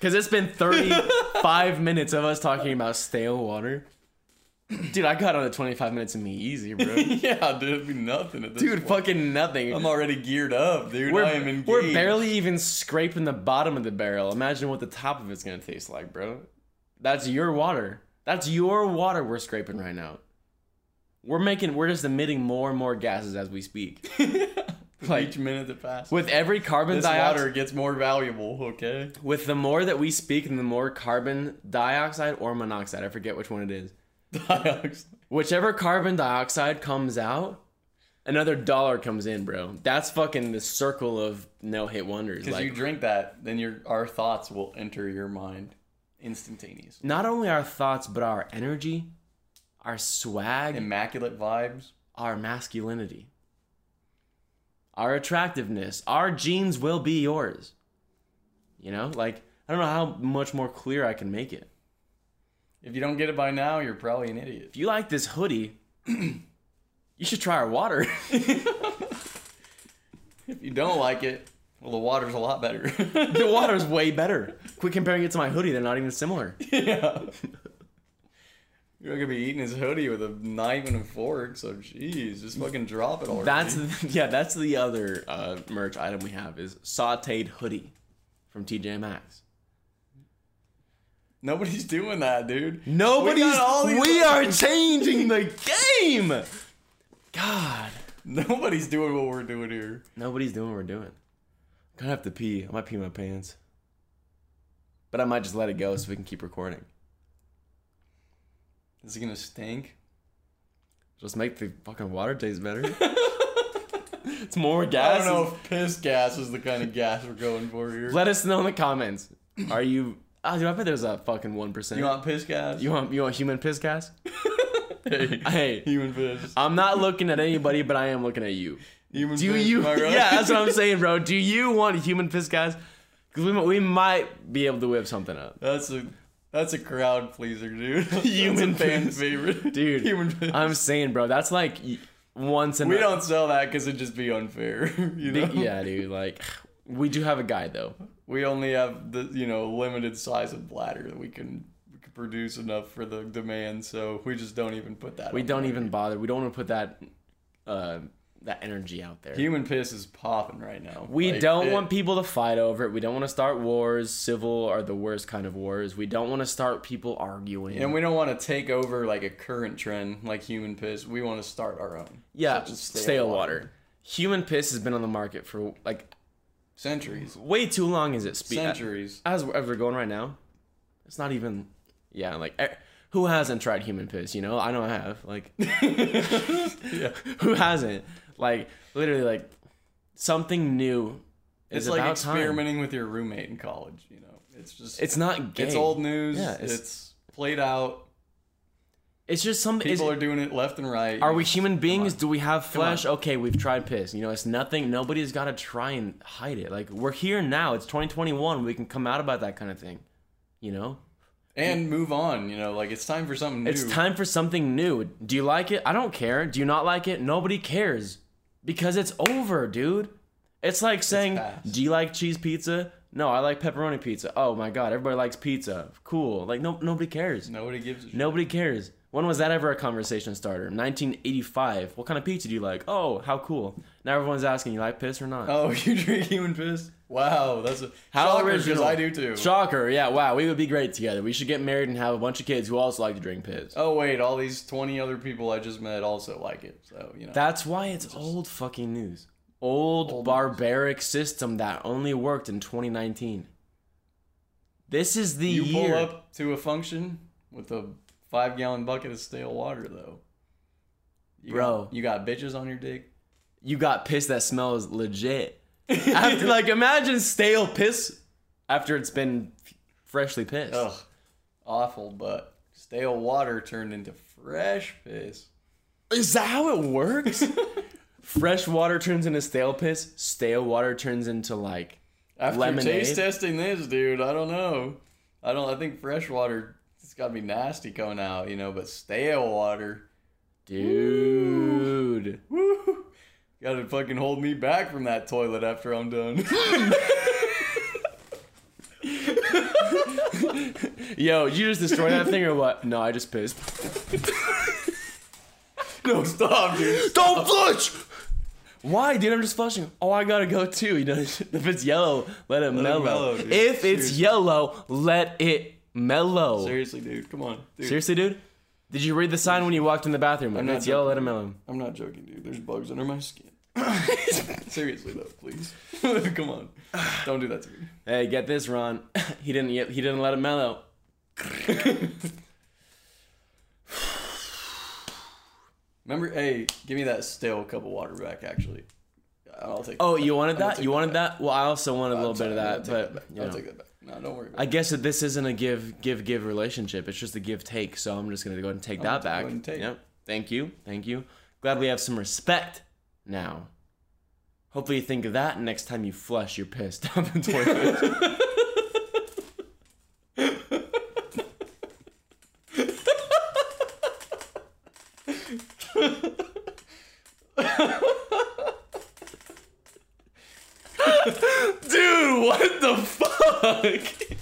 S1: Cause it's been 35 minutes of us talking about stale water. Dude, I got out of 25 minutes of me easy, bro.
S2: yeah, dude, it'd be nothing at this
S1: Dude,
S2: point.
S1: fucking nothing.
S2: I'm already geared up, dude.
S1: we're,
S2: I am engaged.
S1: we're barely even scraping the bottom of the barrel. Imagine what the top of it's gonna taste like, bro. That's your water. That's your water we're scraping right now. We're making we're just emitting more and more gases as we speak. like-
S2: each minute that passes.
S1: With every carbon
S2: This
S1: dioxide
S2: water gets more valuable, okay?
S1: with the more that we speak and the more carbon dioxide or monoxide, I forget which one it is.
S2: Dioxide.
S1: Whichever carbon dioxide comes out, another dollar comes in, bro. That's fucking the circle of no hit wonders.
S2: Because
S1: Like
S2: you drink that, then your our thoughts will enter your mind instantaneously.
S1: not only our thoughts but our energy our swag
S2: Immaculate vibes.
S1: our masculinity our attractiveness our genes will be yours you know like i don't know how much more clear i can make it
S2: If you don't get it by now, you're probably an idiot.
S1: if you like this hoodie you should try our water
S2: If you don't like it, well, the water's a lot better.
S1: the water is way better quit comparing it to my hoodie they're not even similar
S2: yeah. You're not gonna be eating his hoodie with a knife and a fork, so jeez, just fucking drop it already.
S1: that's yeah that's the other uh, merch item we have is sauteed hoodie from tj maxx
S2: nobody's doing that, dude.
S1: Nobody's.
S2: We
S1: We,
S2: got all these-
S1: are changing the game. God,
S2: Nobody's doing what we're doing here.
S1: nobody's doing what we're doing. I'm gonna have to pee. I might pee my pants, but I might just let it go so we can keep recording.
S2: Is it gonna stink?
S1: Just make the fucking water taste better. it's more
S2: I
S1: gas.
S2: don't know if piss gas is the kind of gas we're going for here.
S1: Let us know in the comments. Are you? Oh, dude, I bet there's a fucking one percent.
S2: You want piss gas?
S1: you want you want human piss gas?
S2: hey,
S1: Hey,
S2: human piss.
S1: I'm not looking at anybody, but I am looking at you.
S2: Human
S1: Do
S2: piss,
S1: you?
S2: am I right?
S1: Yeah, that's what I'm saying, bro. Do you want human piss guys? Because we, mi- we might be able to whip something up.
S2: That's a that's a crowd pleaser, dude. That's
S1: Human
S2: a fan
S1: piss.
S2: favorite,
S1: Dude,
S2: Human piss.
S1: I'm saying, bro, that's like y- once in
S2: we
S1: a-
S2: don't sell that because it'd just be unfair. You know,
S1: Big- yeah, dude. Like, we do have a guy, though.
S2: we only have the you know limited size of bladder that we can, we can produce enough for the demand, so we just don't even put that.
S1: We
S2: on
S1: don't
S2: there.
S1: even bother. We don't want to put that uh, that energy out there.
S2: Human piss is popping right now.
S1: we
S2: Like,
S1: don't
S2: it-
S1: want people to fight over it. We don't want to start wars. Civil are the worst kind of wars. We don't want to start people arguing.
S2: And we don't want to take over like a current trend like human piss. We want to start our own.
S1: yeah,
S2: Such as
S1: stale, water. Human piss has been on the market for like
S2: Centuries.
S1: way too long. Is it? Spe-
S2: Centuries.
S1: as as we're going right now, it's not even. Yeah, like eh, who hasn't tried human piss? You know, I know I have. Like, who hasn't? Like, literally, like something new
S2: It's
S1: It's
S2: like
S1: about time.
S2: experimenting with your roommate in college. You know, it's just
S1: It's not gay.
S2: it's old news.
S1: Yeah,
S2: it's,
S1: it's-
S2: played out.
S1: It's just something.
S2: People
S1: Is,
S2: are doing it left and right.
S1: are we human beings?
S2: on.
S1: Do we have
S2: on.
S1: flesh? Okay, we've tried piss. You know, it's nothing. Nobody's got to try and hide it. Like we're here now. It's 2021. We can come out about that kind of thing. You know,
S2: and move on? You know, like it's time for something new.
S1: It's time for something new. Do you like it? I don't care. Do you not like it? Nobody cares because it's over, dude. It's like saying,
S2: past.
S1: "Do you like cheese pizza?" No, I like pepperoni pizza. Oh my god, everybody likes pizza. Cool. Like no nobody cares.
S2: Nobody gives a shit.
S1: Nobody cares. When was that ever a conversation starter? 1985. What kind of pizza do you like? Oh, how cool. Now everyone's asking, "You like piss or not?"
S2: Oh, you drink human piss? Wow, that's a
S1: How
S2: shocker, 'cause
S1: original.
S2: I do too.
S1: Shocker. Yeah, wow. We would be great together. We should get married and have a bunch of kids who also like to drink piss.
S2: oh wait, all these twenty other people I just met also like it. So you know,
S1: That's why it's old fucking news. Old,
S2: Old
S1: barbaric system that only worked in 2019. This is the
S2: you
S1: year.
S2: pull up to a function with a five gallon bucket of stale water though. You
S1: Bro.
S2: got, you got bitches on your dick.
S1: You got piss that smells legit. After, like, imagine stale piss after it's been f- freshly pissed.
S2: Ugh, awful. But stale water turned into fresh piss.
S1: Is that how it works? Fresh water turns into stale piss. Stale water turns into like
S2: After
S1: Lemonade?
S2: taste testing this, dude, I don't know. I don't. I think fresh water. It's got to be nasty coming out, you know. But stale water.
S1: Dude.
S2: Woo! Gotta fucking hold me back from that toilet after I'm done.
S1: Yo, you just destroyed that thing or what? No, I just pissed.
S2: no, stop, dude.
S1: Don't flush! Why, dude? I'm just flushing. Oh, I gotta go too. You know, if it's yellow, let it mellow.
S2: mellow, dude.
S1: if it's
S2: Seriously.
S1: yellow, let it mellow. Seriously.
S2: Seriously, dude. Come on. Dude,
S1: dude? Did you read the sign when you walked in the bathroom? If
S2: not
S1: it's yellow, let it
S2: joking.
S1: mellow.
S2: I'm not joking, dude. There's bugs under my skin. Seriously, though, please. Come on. Don't do that to me.
S1: Hey, get this, Ron. he didn't. ye- He didn't let it mellow.
S2: Remember, hey, give me that stale cup of water back, actually. I'll take
S1: Oh, you wanted
S2: I'm gonna
S1: that?
S2: take
S1: You
S2: that
S1: wanted that? Well, I also wanted a little bit of that, but
S2: I'll
S1: you know.
S2: take that back. No, don't worry about
S1: I guess that this isn't a give give give relationship. It's just a give take. So I'm just gonna go ahead and take
S2: I'm
S1: that
S2: gonna
S1: back.
S2: go ahead and take.
S1: Yep. Thank you. Thank you. Glad we have some respect now. Hopefully you think of that next time you flush your piss down the toilet. Dude, what the fuck?
S2: it.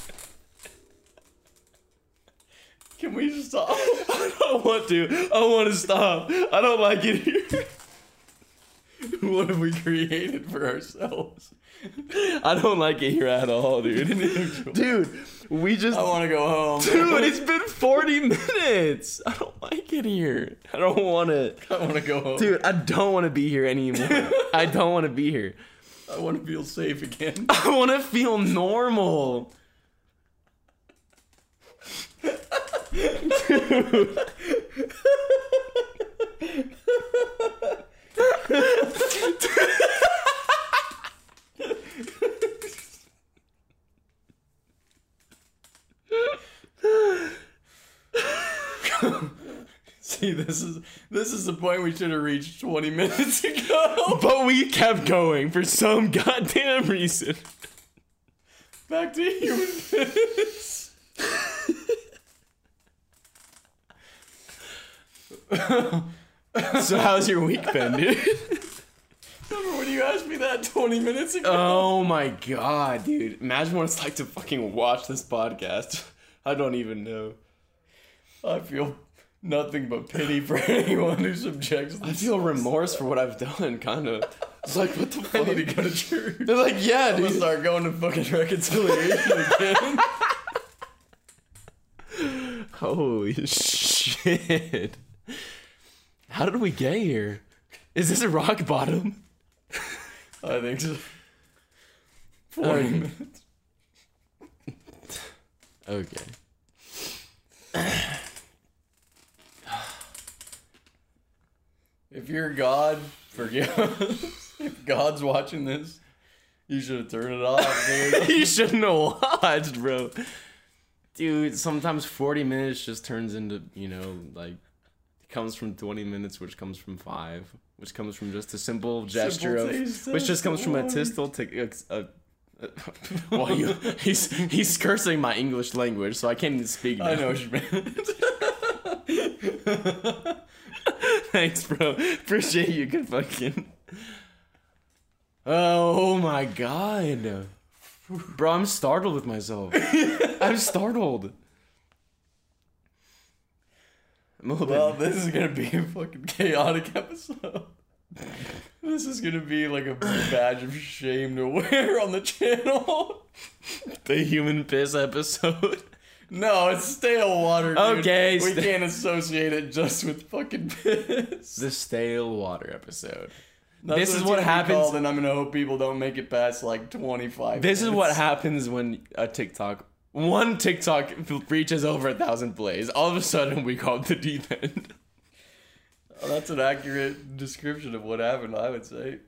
S2: Can we just stop?
S1: I don't want to. I want to stop. I don't like it here.
S2: what have we created for ourselves?
S1: I don't like it here at all, dude. Dude, we just
S2: I want to go home.
S1: Dude, it's been 40 minutes. I don't like it here. I don't want to.
S2: I want to go home.
S1: Dude, I don't want to be here anymore. I don't want to be here.
S2: I want to feel safe again.
S1: I want to feel normal.
S2: See, this is this is the point we should have reached 20 minutes ago.
S1: But we kept going for some goddamn reason.
S2: Back to human piss.
S1: So, how's your week been, dude?
S2: Remember when you asked me that 20 minutes ago?
S1: Oh my god, dude. Imagine what it's like to fucking watch this podcast. I don't even know. Uh,
S2: I feel nothing but pity for anyone who subjects
S1: I
S2: themselves.
S1: feel remorse for what I've done, kind of. It's like, what the
S2: I
S1: fuck?
S2: need to go to church.
S1: They're like, yeah,
S2: I'm gonna
S1: dude.
S2: start going to fucking reconciliation again.
S1: Holy shit. How did we get here? Is this a rock bottom?
S2: I think so. 40
S1: Um,
S2: minutes.
S1: Okay.
S2: If you're God, forgive us. If God's watching this, You should have turned it off, dude.
S1: you shouldn't have watched, bro. Dude, sometimes 40 minutes just turns into, you know, like comes from 20 minutes, which comes from five, which comes from just a simple gesture
S2: taste
S1: of, which just
S2: test,
S1: comes from a
S2: why?
S1: tistle to. Uh, uh, well, you, he's he's cursing my English language, so I can't even speak. Now.
S2: I know what you meant.
S1: Thanks, bro. Appreciate you. Good fucking. Oh my god. Bro, I'm startled with myself. I'm startled. I'm a little bit-
S2: Well, this is gonna be a fucking chaotic episode. This is gonna be like a badge of shame to wear on the channel.
S1: the human piss episode.
S2: No, it's stale water. Dude.
S1: Okay,
S2: we
S1: sta-
S2: can't associate it just with fucking piss.
S1: the stale water episode.
S2: That's
S1: This is
S2: it's
S1: what
S2: gonna be
S1: happens-
S2: called, and I'm gonna hope people don't make it past like 25.
S1: This is what
S2: minutes.
S1: happens when a TikTok, one TikTok reaches over a thousand plays. All of a sudden, we call it the deep end.
S2: Oh, that's an accurate description of what happened. I would say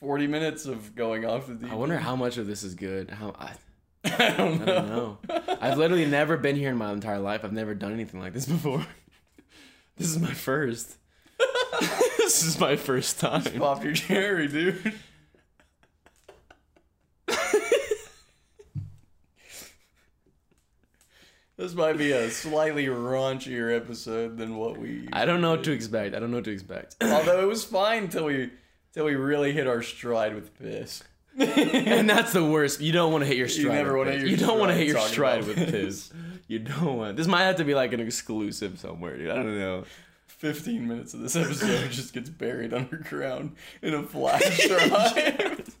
S2: 40 minutes of going off the deep.
S1: I wonder how much of this is good. How I,
S2: end. I don't know.
S1: I don't know. I've literally never been here in my entire life. I've never done anything like this before. This is my first. this is my first time.
S2: Pop your cherry, dude. this might be a slightly raunchier episode than what we.
S1: I don't know what to expect. I don't know what to expect.
S2: Although it was fine till we till we really hit our stride with piss.
S1: and that's the worst. You don't want to hit your stride.
S2: never
S1: with
S2: wanna
S1: piss.
S2: hit your
S1: You don't want to
S2: stride
S1: hit your
S2: talking
S1: stride
S2: about
S1: with piss. You don't want. This might have to be like an exclusive somewhere, dude. I don't know.
S2: Fifteen minutes of this episode just gets buried underground in a flash drive.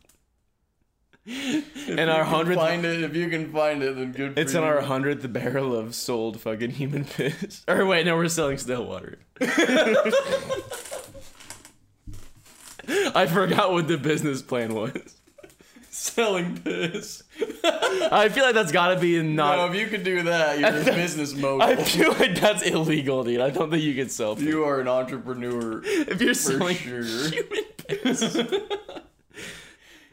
S1: And our hundredth,
S2: find it if you can find it, then good.
S1: it's
S2: for
S1: in
S2: you.
S1: our hundredth barrel of sold fucking human piss. Or wait, no, we're selling still water. I forgot what the business plan was.
S2: selling piss.
S1: I feel like that's gotta be in
S2: No,
S1: not.
S2: if you could do that, you're a business mogul.
S1: I feel like that's illegal, dude. I don't think you can sell. piss.
S2: You are an entrepreneur.
S1: if you're selling
S2: sure.
S1: human piss,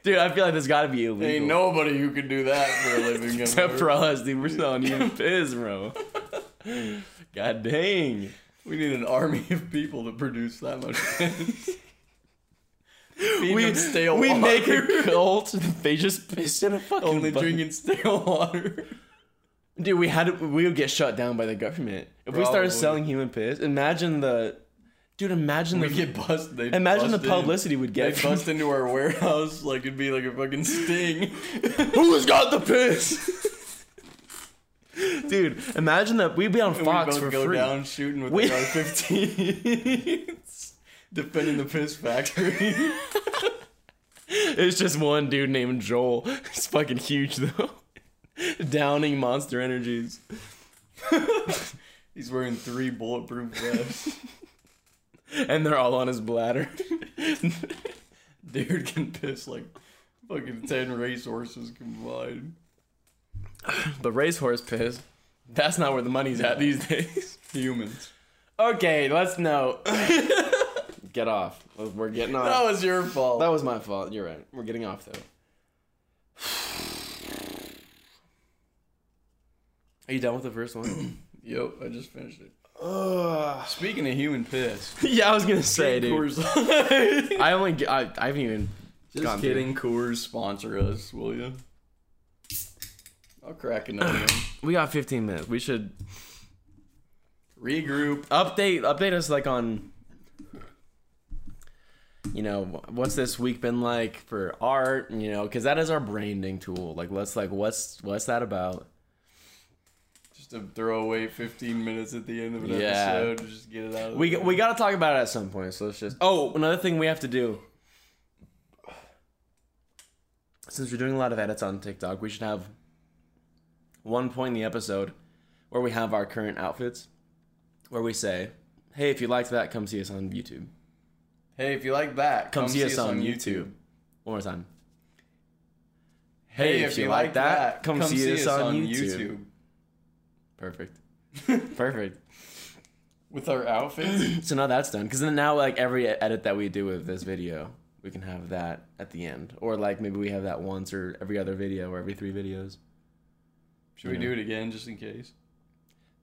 S1: dude, I feel like that's gotta be illegal.
S2: Ain't nobody who could do that for a living.
S1: Except
S2: ever.
S1: for us, dude. We're selling human piss, bro. God dang.
S2: we need an army of people to produce that much. piss. Feed
S1: We,
S2: them stale
S1: we
S2: water.
S1: make a cult. They just piss in a fucking
S2: only
S1: bucket.
S2: drinking stale water.
S1: Dude, we had we would get shut down by the government if we
S2: Probably.
S1: started selling human piss. Imagine the, dude. Imagine
S2: We
S1: the
S2: get busted. They
S1: imagine the
S2: bust in.
S1: publicity we'd
S2: They
S1: get. from-
S2: bust into our warehouse like it'd be like a fucking sting.
S1: Who's got the piss? dude, imagine that we'd be on
S2: And
S1: Fox
S2: we both
S1: for
S2: go
S1: free.
S2: down shooting with
S1: We-
S2: our 15s defending the piss factory.
S1: It's just one dude named Joel. He's fucking huge though. Downing Monster Energies.
S2: He's wearing three bulletproof vests.
S1: and they're all on his bladder.
S2: Dude can piss like fucking ten racehorses combined.
S1: but racehorse piss, that's not where the money's at these days.
S2: Humans.
S1: Okay, let's know. Get off. We're getting off.
S2: That was your fault.
S1: That was my fault. You're right. We're getting off though. Are you done with the first one?
S2: yep, I just finished it.
S1: Ugh.
S2: Speaking of human piss,
S1: yeah, I was gonna say, dude.
S2: Coors Light.
S1: I only g- I, I haven't even.
S2: just
S1: gone through.
S2: kidding. Coors sponsor us, will you? I'll crack another one.
S1: We got 15 minutes. We should
S2: Regroup.
S1: update update us like on you know what's this week been like for art you know because that is our branding tool like let's like what's what's that about
S2: Just to throw away 15 minutes at the end of an
S1: Yeah.
S2: episode to just get it out. Of
S1: we
S2: the way.
S1: we gotta talk about it at some point so let's just oh another thing we have to do since we're doing a lot of edits on tiktok we should have one point in the episode where we have our current outfits where we say hey if you liked that come see us on youtube
S2: Hey, if you like that,
S1: Come, see, us on, YouTube. One more time.
S2: Hey, if, you, like that, come, see, us on, YouTube.
S1: Perfect. Perfect.
S2: With our outfits?
S1: So now that's done. Because then now, like every edit that we do with this video, we we can have that at the end, or like maybe we have that once or every other video or every three videos.
S2: Should we
S1: Yeah.
S2: do it again just in case?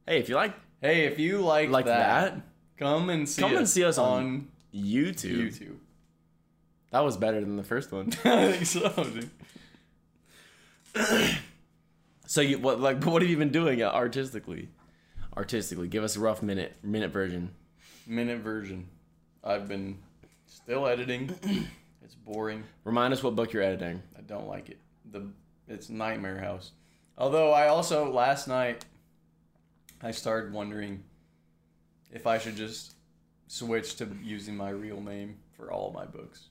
S1: Hey, if you like
S2: Hey, if you like,
S1: like that,
S2: come and see
S1: Come
S2: us
S1: and see us on
S2: on
S1: YouTube.
S2: YouTube.
S1: that was better than the first one.
S2: I think so, dude.
S1: So you what like what have you been doing uh, artistically? Artistically, give us a rough minute minute version.
S2: Minute version. I've been still editing. It's boring.
S1: Remind us what book you're editing.
S2: I don't like it. The it's Nightmare House. Although I also last night I started wondering if I should just switch to using my real name for all my books.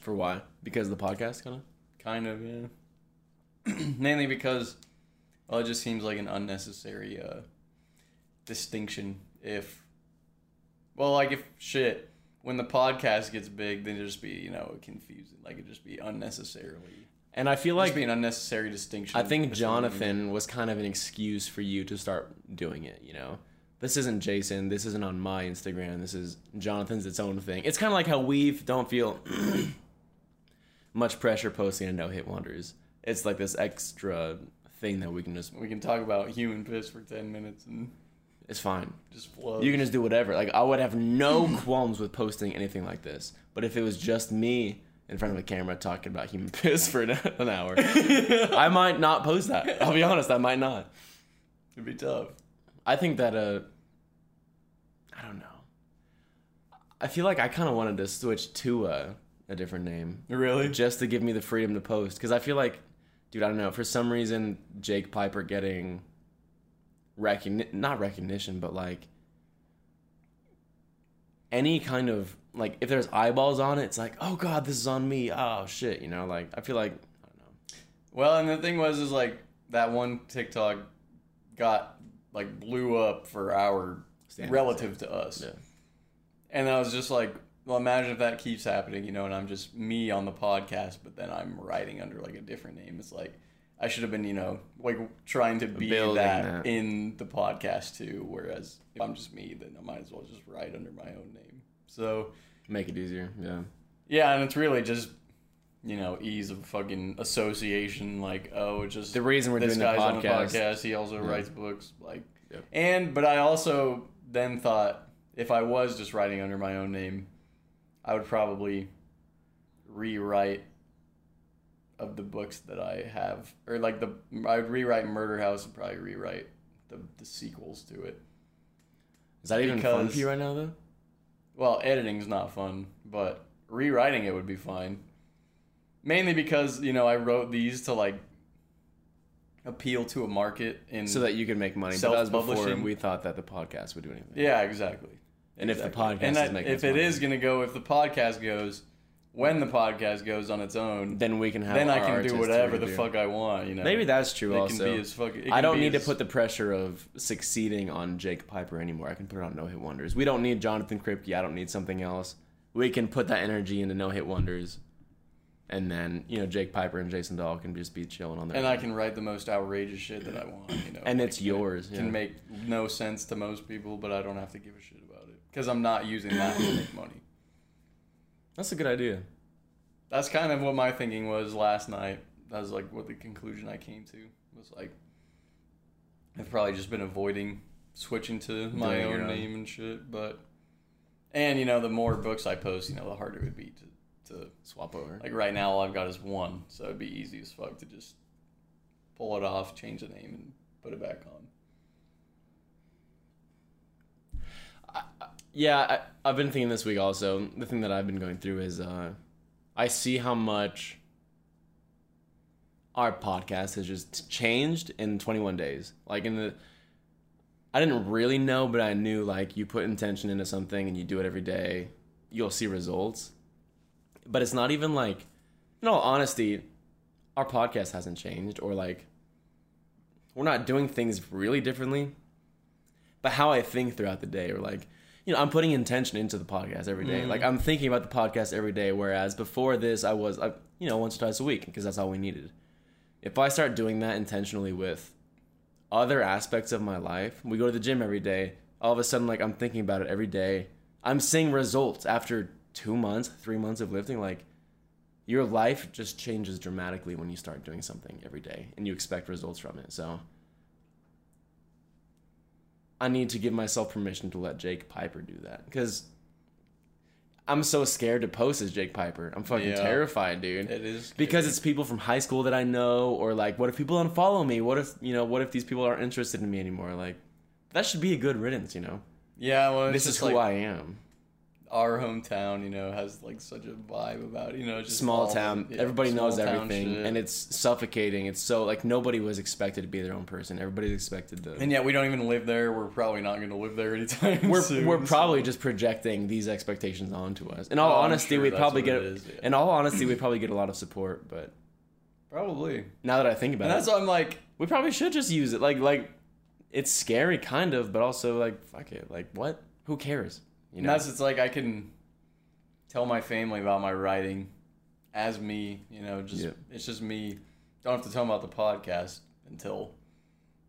S1: For why? Because of the podcast kind of.
S2: Kind of, yeah. Mainly because well, it just seems like an unnecessary uh, distinction if well, like if shit when the podcast gets big, then it'd just be, you know, confusing. Like it'd just be unnecessarily
S1: And I feel
S2: like
S1: like
S2: be an unnecessary distinction.
S1: I think
S2: between-
S1: Jonathan was kind of an excuse for you to start doing it, you know. This isn't Jason, this isn't on my Instagram. This is Jonathan's its own thing. It's kind of like how we don't feel much pressure posting a no-hit wonders. It's like this extra thing that we can just
S2: We can talk about human piss for ten minutes and
S1: it's fine.
S2: just flow.
S1: You can just do whatever. Like I would have no qualms with posting anything like this. But if it was just me in front of a camera talking about human piss for an, an hour, I might not post that. I'll be honest, I might not.
S2: It'd be tough.
S1: I think that uh, I don't know. I feel like I kind of wanted to switch to uh, a different name
S2: Really?
S1: just to give me the freedom to post because I feel like, dude, I don't know. For some reason, Jake Piper getting recogni- not recognition, but like any kind of like if there's eyeballs on it, it's like, oh god, this is on me. Oh shit, you know, like I feel like I don't know.
S2: Well, and the thing was is like that one TikTok got like blew up for our
S1: Standards,
S2: relative to us.
S1: Yeah.
S2: And I was just like, well, imagine if that keeps happening, you know, and I'm just me on the podcast, but then I'm writing under like a different name. It's like I should have been, you know, like trying to be that,
S1: Building that.
S2: in the podcast too. Whereas if I'm just me, then I might as well just write under my own name. So
S1: Make it easier. Yeah.
S2: yeah, and it's really just you know ease of fucking association. Like oh, just
S1: The reason we're
S2: this
S1: doing the
S2: guy's
S1: podcast.
S2: on the podcast. He also writes books. Like,
S1: Yep.
S2: and but I also then thought if I was just writing under my own name, I would probably rewrite of the books that I have, or like the I would rewrite Murder House and probably rewrite the, the sequels to it.
S1: Is that even fun for
S2: Because-
S1: you right now though?
S2: Well, editing's not fun, but rewriting it would be fine. Mainly because, you know, I wrote these to like appeal to a market and
S1: so that you can make money. But that was before
S2: Self-publishing.
S1: we thought that the podcast would do anything.
S2: Yeah, exactly.
S1: And if the
S2: Exactly.
S1: podcast is
S2: and that,
S1: making
S2: if
S1: us
S2: it
S1: money,
S2: is going to go if the podcast goes when the podcast goes on its own,
S1: then we can have.
S2: then I
S1: our
S2: can do
S1: artistic
S2: whatever the
S1: review.
S2: fuck I want, you know.
S1: Maybe that's
S2: it
S1: true.
S2: can
S1: also,
S2: be as fucking it
S1: I
S2: can
S1: don't
S2: be
S1: need
S2: as-
S1: to put the pressure of succeeding on Jake Piper anymore. I can put it on No Hit Wonders. We don't need Jonathan Kripke. I don't need something else. We can put that energy into No Hit Wonders, and then you know Jake Piper and Jason Dahl can just be chilling on their.
S2: and
S1: own.
S2: I can write the most outrageous shit that I want, you know.
S1: and it's yours.
S2: can
S1: yeah.
S2: make no sense to most people, but I don't have to give a shit about it because I'm not using that to make money.
S1: That's a good idea.
S2: That's kind of what my thinking was last night. That was like what the conclusion I came to was like. I've probably just been avoiding switching to my
S1: Doing your
S2: own
S1: own.
S2: name and shit, but and you know the more books I post, you know the harder it would be to to
S1: Swap over.
S2: like right now all I've got is one, so it'd be easy as fuck to just pull it off, change the name, and put it back on.
S1: Yeah, I, I've been thinking this week also. The thing that I've been going through is uh, I see how much our podcast has just changed in 21 days. Like in the, I didn't really know, but I knew like you put intention into something and you do it every day, you'll see results. But it's not even like, in all honesty, our podcast hasn't changed or like we're not doing things really differently but how I think throughout the day or like you know I'm putting intention into the podcast every day. like I'm thinking about the podcast every day whereas before this I was I, you know once or twice a week because that's all we needed if I start doing that intentionally with other aspects of my life we go to the gym every day all of a sudden like I'm thinking about it every day I'm seeing results after two months, three months of lifting, like your life just changes dramatically when you start doing something every day and you expect results from it. So I need to give myself permission to let Jake Piper do that because I'm so scared to post as Jake Piper. I'm fucking
S2: Yeah.
S1: terrified, dude.
S2: It is
S1: because it's people from high school that I know, or like, what if people unfollow me? What if you know? What if these people aren't interested in me anymore? Like, that should be a good riddance, you know.
S2: yeah. Well, it's
S1: This is
S2: just
S1: who
S2: like
S1: I am.
S2: our hometown. You know, has like such a vibe about it, you know, it's just
S1: Small
S2: all-
S1: town.
S2: yeah,
S1: Everybody
S2: small
S1: knows
S2: town
S1: everything,
S2: shit.
S1: and it's suffocating. It's so like nobody was expected to be their own person. Everybody's expected to.
S2: and yet we don't even live there. We're probably not going to live there anytime
S1: we're
S2: soon.
S1: we're
S2: so-
S1: probably just projecting these expectations onto us. In all
S2: Oh, I'm
S1: honesty,
S2: sure
S1: we
S2: that's
S1: probably
S2: what
S1: get.
S2: it is, yeah.
S1: In all honesty, we probably get a lot of support, but
S2: probably.
S1: now that I think
S2: And
S1: about
S2: that's
S1: it,
S2: why I'm like,
S1: we probably should just use it. Like like, it's scary, kind of, but also like, fuck it. Like what? Who cares? You
S2: and
S1: know.
S2: that's it's like I can tell my family about my writing as me. You know, just
S1: Yeah.
S2: it's just me. Don't have to tell them about the podcast until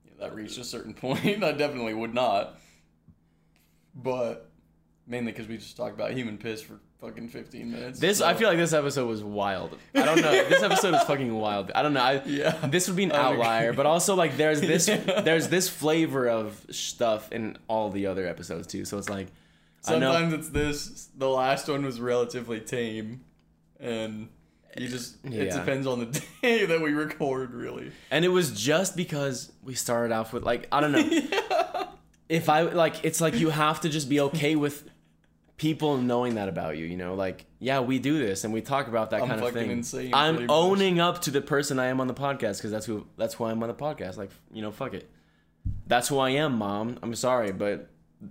S2: you know, that reached a certain point. I definitely would not, but mainly because we just talked about human piss for fucking 15 minutes.
S1: This I feel like this episode was wild. I don't know. this episode is fucking wild. I don't know. I,
S2: Yeah.
S1: This would be an
S2: I would
S1: outlier,
S2: agree.
S1: but also like there's this
S2: Yeah.
S1: there's this flavor of stuff in all the other episodes too. So it's like I know
S2: Sometimes it's this. The last one was relatively tame, and you just it
S1: Yeah.
S2: depends on the day that we record, really.
S1: and it was just because we started off with like I don't know. If I like it's like you have to just be okay with people knowing that about you, you know, like yeah, we do this and we talk about that
S2: I'm
S1: kind of
S2: fucking
S1: thing.
S2: insane,
S1: I'm
S2: pretty much.
S1: owning up to the person I am on the podcast cuz that's who that's who I'm on the podcast. Like, you know, fuck it. That's who I am, mom. I'm sorry, but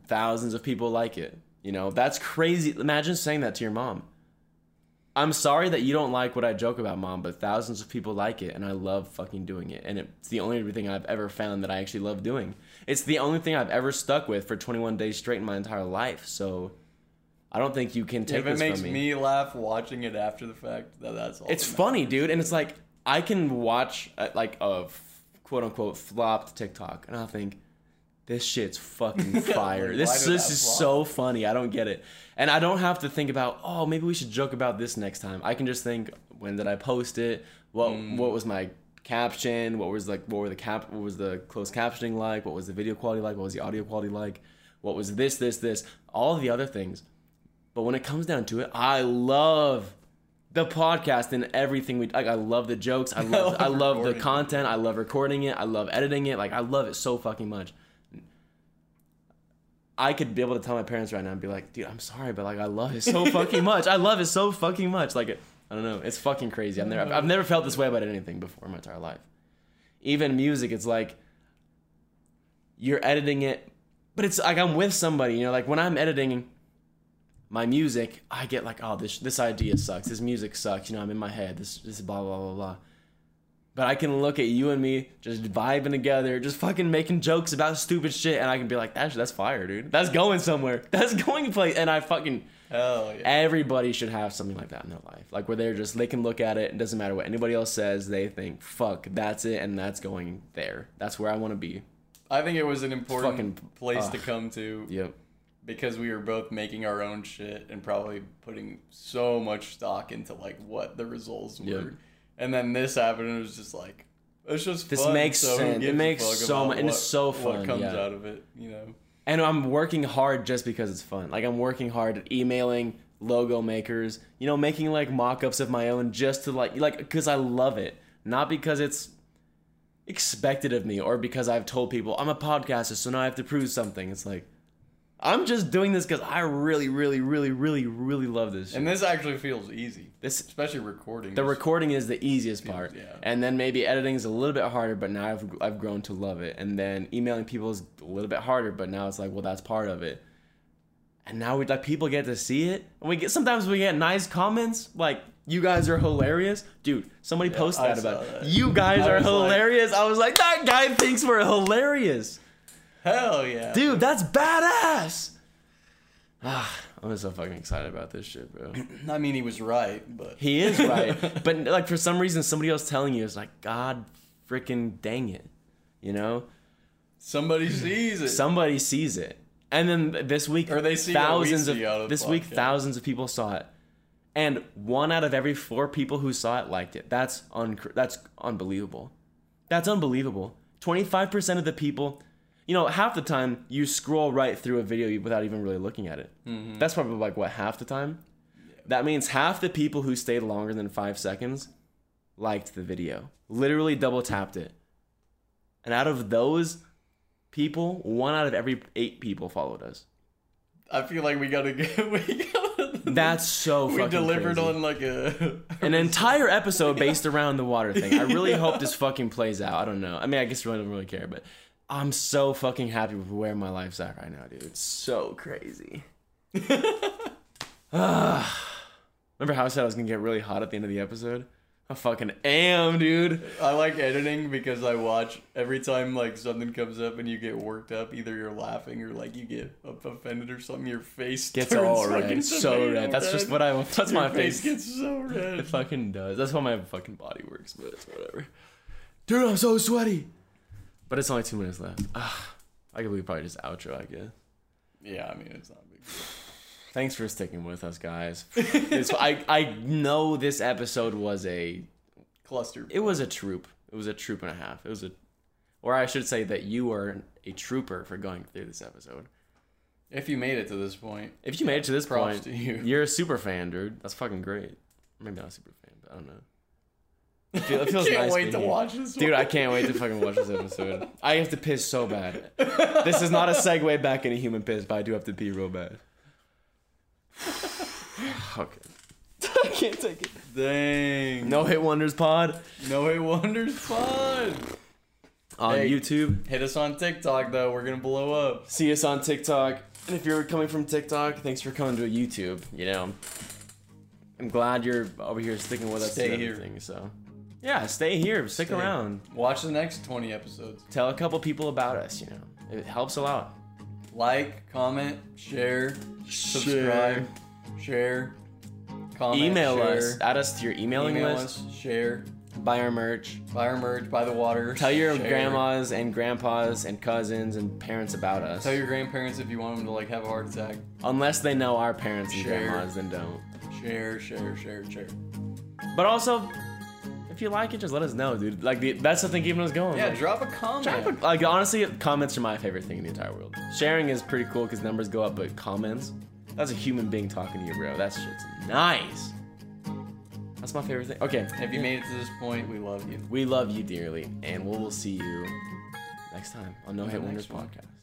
S1: thousands of people like it. You know, that's crazy. Imagine saying that to your mom. I'm sorry that you don't like what I joke about, mom, but thousands of people like it, and I love fucking doing it. And it's the only thing I've ever found that I actually love doing. It's the only thing I've ever stuck with for 21 days straight in my entire life. So I don't think you can take
S2: if it
S1: this
S2: makes
S1: from me.
S2: me. laugh watching it after the fact, that that's all.
S1: it's
S2: that
S1: funny, dude, and it's like I can watch uh, like a f- quote unquote flopped TikTok, and I will think this shit's fucking fire.
S2: Like, why
S1: this
S2: did
S1: this
S2: that
S1: is
S2: flop?
S1: so funny. I don't get it, and I don't have to think about oh maybe we should joke about this next time. I can just think when did I post it? What
S2: Mm.
S1: what was my caption? What was like what were the cap? What was the closed captioning like? What was the video quality like? What was the audio quality like? What was this this this? All the other things. But when it comes down to it, I love the podcast and everything we like. I love the jokes. I love I love the
S2: Recording.
S1: content. I love recording it. I love editing it. Like I love it so fucking much. I could be able to tell my parents right now and be like, dude, I'm sorry, but like I love it so fucking much. I love it so fucking much. Like I don't know, it's fucking crazy. I've never I've never felt this way about anything before in my entire life. Even music, it's like you're editing it, but it's like I'm with somebody. You know, like when I'm editing my music, I get like, oh, this this idea sucks. This music sucks. You know, I'm in my head. This this blah blah blah blah. But I can look at you and me just vibing together, just fucking making jokes about stupid shit, and I can be like, "That's that's fire, dude. That's going somewhere. That's going place." And I fucking
S2: Hell yeah.
S1: everybody should have something like that in their life, like where they're just they can look at it. It doesn't matter what anybody else says. They think, "Fuck, that's it," and that's going there. That's where I want to be.
S2: I think it was an important
S1: Fucking-
S2: place to
S1: ugh.
S2: come to
S1: Yep.
S2: because we were both making our own shit and probably putting so much stock into like what the results
S1: Yeah.
S2: were, and then this happened. and It was just like it's just
S1: This
S2: fun,
S1: makes
S2: so who
S1: sense. It
S2: gives a
S1: makes
S2: fuck
S1: so
S2: about
S1: mu- and it's
S2: what-
S1: so fun,
S2: What comes
S1: yeah.
S2: out of it, you know.
S1: and I'm working hard just because it's fun. Like I'm working hard at emailing logo makers, you know, making like mock-ups of my own just to like like cuz I love it, not because it's expected of me or because I've told people I'm a podcaster, so now I have to prove something. It's like I'm just doing this cuz I really really really really really love this. Shit.
S2: And this actually feels easy,
S1: This
S2: especially recording.
S1: the
S2: this.
S1: recording is the easiest part,
S2: yeah.
S1: and then maybe editing is a little bit harder. But now I've I've grown to love it, and then emailing people is a little bit harder. But now it's like, well, that's part of it. And now we like people get to see it, and we get sometimes we get nice comments like, "You guys are hilarious, dude." Somebody posted
S2: I
S1: that
S2: saw
S1: about
S2: that.
S1: you guys
S2: I
S1: are
S2: was like-
S1: hilarious. I was like, that guy thinks we're hilarious,
S2: Hell yeah,
S1: dude. That's badass. Ah, I'm so fucking excited about this shit, bro.
S2: I mean, he was right, but
S1: He is right. but like for some reason somebody else telling you is like, God freaking dang it. You know?
S2: somebody sees it.
S1: Somebody sees it. And then this week,
S2: Or they see what we
S1: thousands
S2: see out
S1: of
S2: of
S1: this
S2: the
S1: week
S2: podcast.
S1: thousands of people saw it, and one out of every four people who saw it liked it. That's un- that's unbelievable. That's unbelievable. Twenty five percent of the people, you know, half the time you scroll right through a video without even really looking at it.
S2: Mm-hmm.
S1: That's probably like what half the time. That means half the people who stayed longer than five seconds liked the video. Literally double tapped it. And out of those people, one out of every eight people followed us.
S2: I feel like we gotta get we gotta
S1: That's so
S2: we
S1: fucking
S2: delivered
S1: crazy.
S2: on like a
S1: an entire episode based around the water thing. I really hope this fucking plays out. I don't know. I mean, I guess I don't really care, but I'm so fucking happy with where my life's at right now, dude. It's so crazy. Ah. Remember how I said I was gonna get really hot at the end of the episode? I fucking am, dude.
S2: I like editing because I watch every time like something comes up and you get worked up, either you're laughing or like you get up- offended or something. Your face
S1: Gets
S2: turns
S1: all
S2: fucking
S1: red, so
S2: tomato
S1: red. That's just
S2: red.
S1: what I. That's
S2: Your
S1: my face.
S2: gets so
S1: It
S2: red.
S1: fucking does. That's how my fucking body works, but it's whatever. Dude, I'm so sweaty. But it's only two minutes left. Ah, I could we probably just outro, I guess.
S2: Yeah, I mean it's not a big. Deal.
S1: Thanks for sticking with us, guys. This- I I know this episode was a
S2: Cluster.
S1: it was a troop. It was a troop and a half. It was a, or I should say that you were a trooper for going through this episode.
S2: If you made it to this point,
S1: If you made it to this
S2: props
S1: point,
S2: to you.
S1: you're a super fan, dude. That's fucking great. Maybe not a super fan, but I don't know. It, feel- it feels
S2: can't
S1: nice
S2: wait
S1: being
S2: to
S1: here.
S2: watch this.
S1: Dude,
S2: one.
S1: I can't wait to fucking watch this episode. I have to piss so bad. This is not a segue back into human piss, but I do have to pee real bad. Okay. I can't take it.
S2: Dang.
S1: No Hit Wonders Pod
S2: No Hit Wonders Pod.
S1: on
S2: Hey.
S1: YouTube.
S2: Hit us on TikTok though. We're gonna blow up.
S1: See us on TikTok. And if you're coming from TikTok, thanks for coming to YouTube. You know, I'm glad you're over here sticking with us.
S2: Stay
S1: and
S2: here.
S1: everything, So, yeah, stay here. Stick
S2: Stay.
S1: around.
S2: Watch the next 20 episodes.
S1: Tell a couple people about us. You know, it helps a lot.
S2: Like, comment, share, subscribe, share, comment,
S1: Email
S2: share,
S1: us. Add us to your emailing
S2: email
S1: list.
S2: us, share,
S1: buy our merch,
S2: buy our merch, buy the water.
S1: tell your
S2: share.
S1: grandmas and grandpas and cousins and parents about us.
S2: Tell your grandparents if you want them to like have a heart attack.
S1: Unless they know our parents and
S2: Share.
S1: grandmas, then don't.
S2: Share, share, share, share.
S1: But also, if you like it, just let us know, dude. Like the, that's the thing keeping us going.
S2: Yeah,
S1: like,
S2: drop a comment.
S1: drop a- like honestly, comments are my favorite thing in the entire world. Sharing is pretty cool because numbers go up, but comments, that's a human being talking to you, bro. That shit's nice. That's my favorite thing. Okay,
S2: if you made it to this point, we love you.
S1: we love you dearly, and we will see you next time on No Hit Wonders
S2: Next one.
S1: podcast.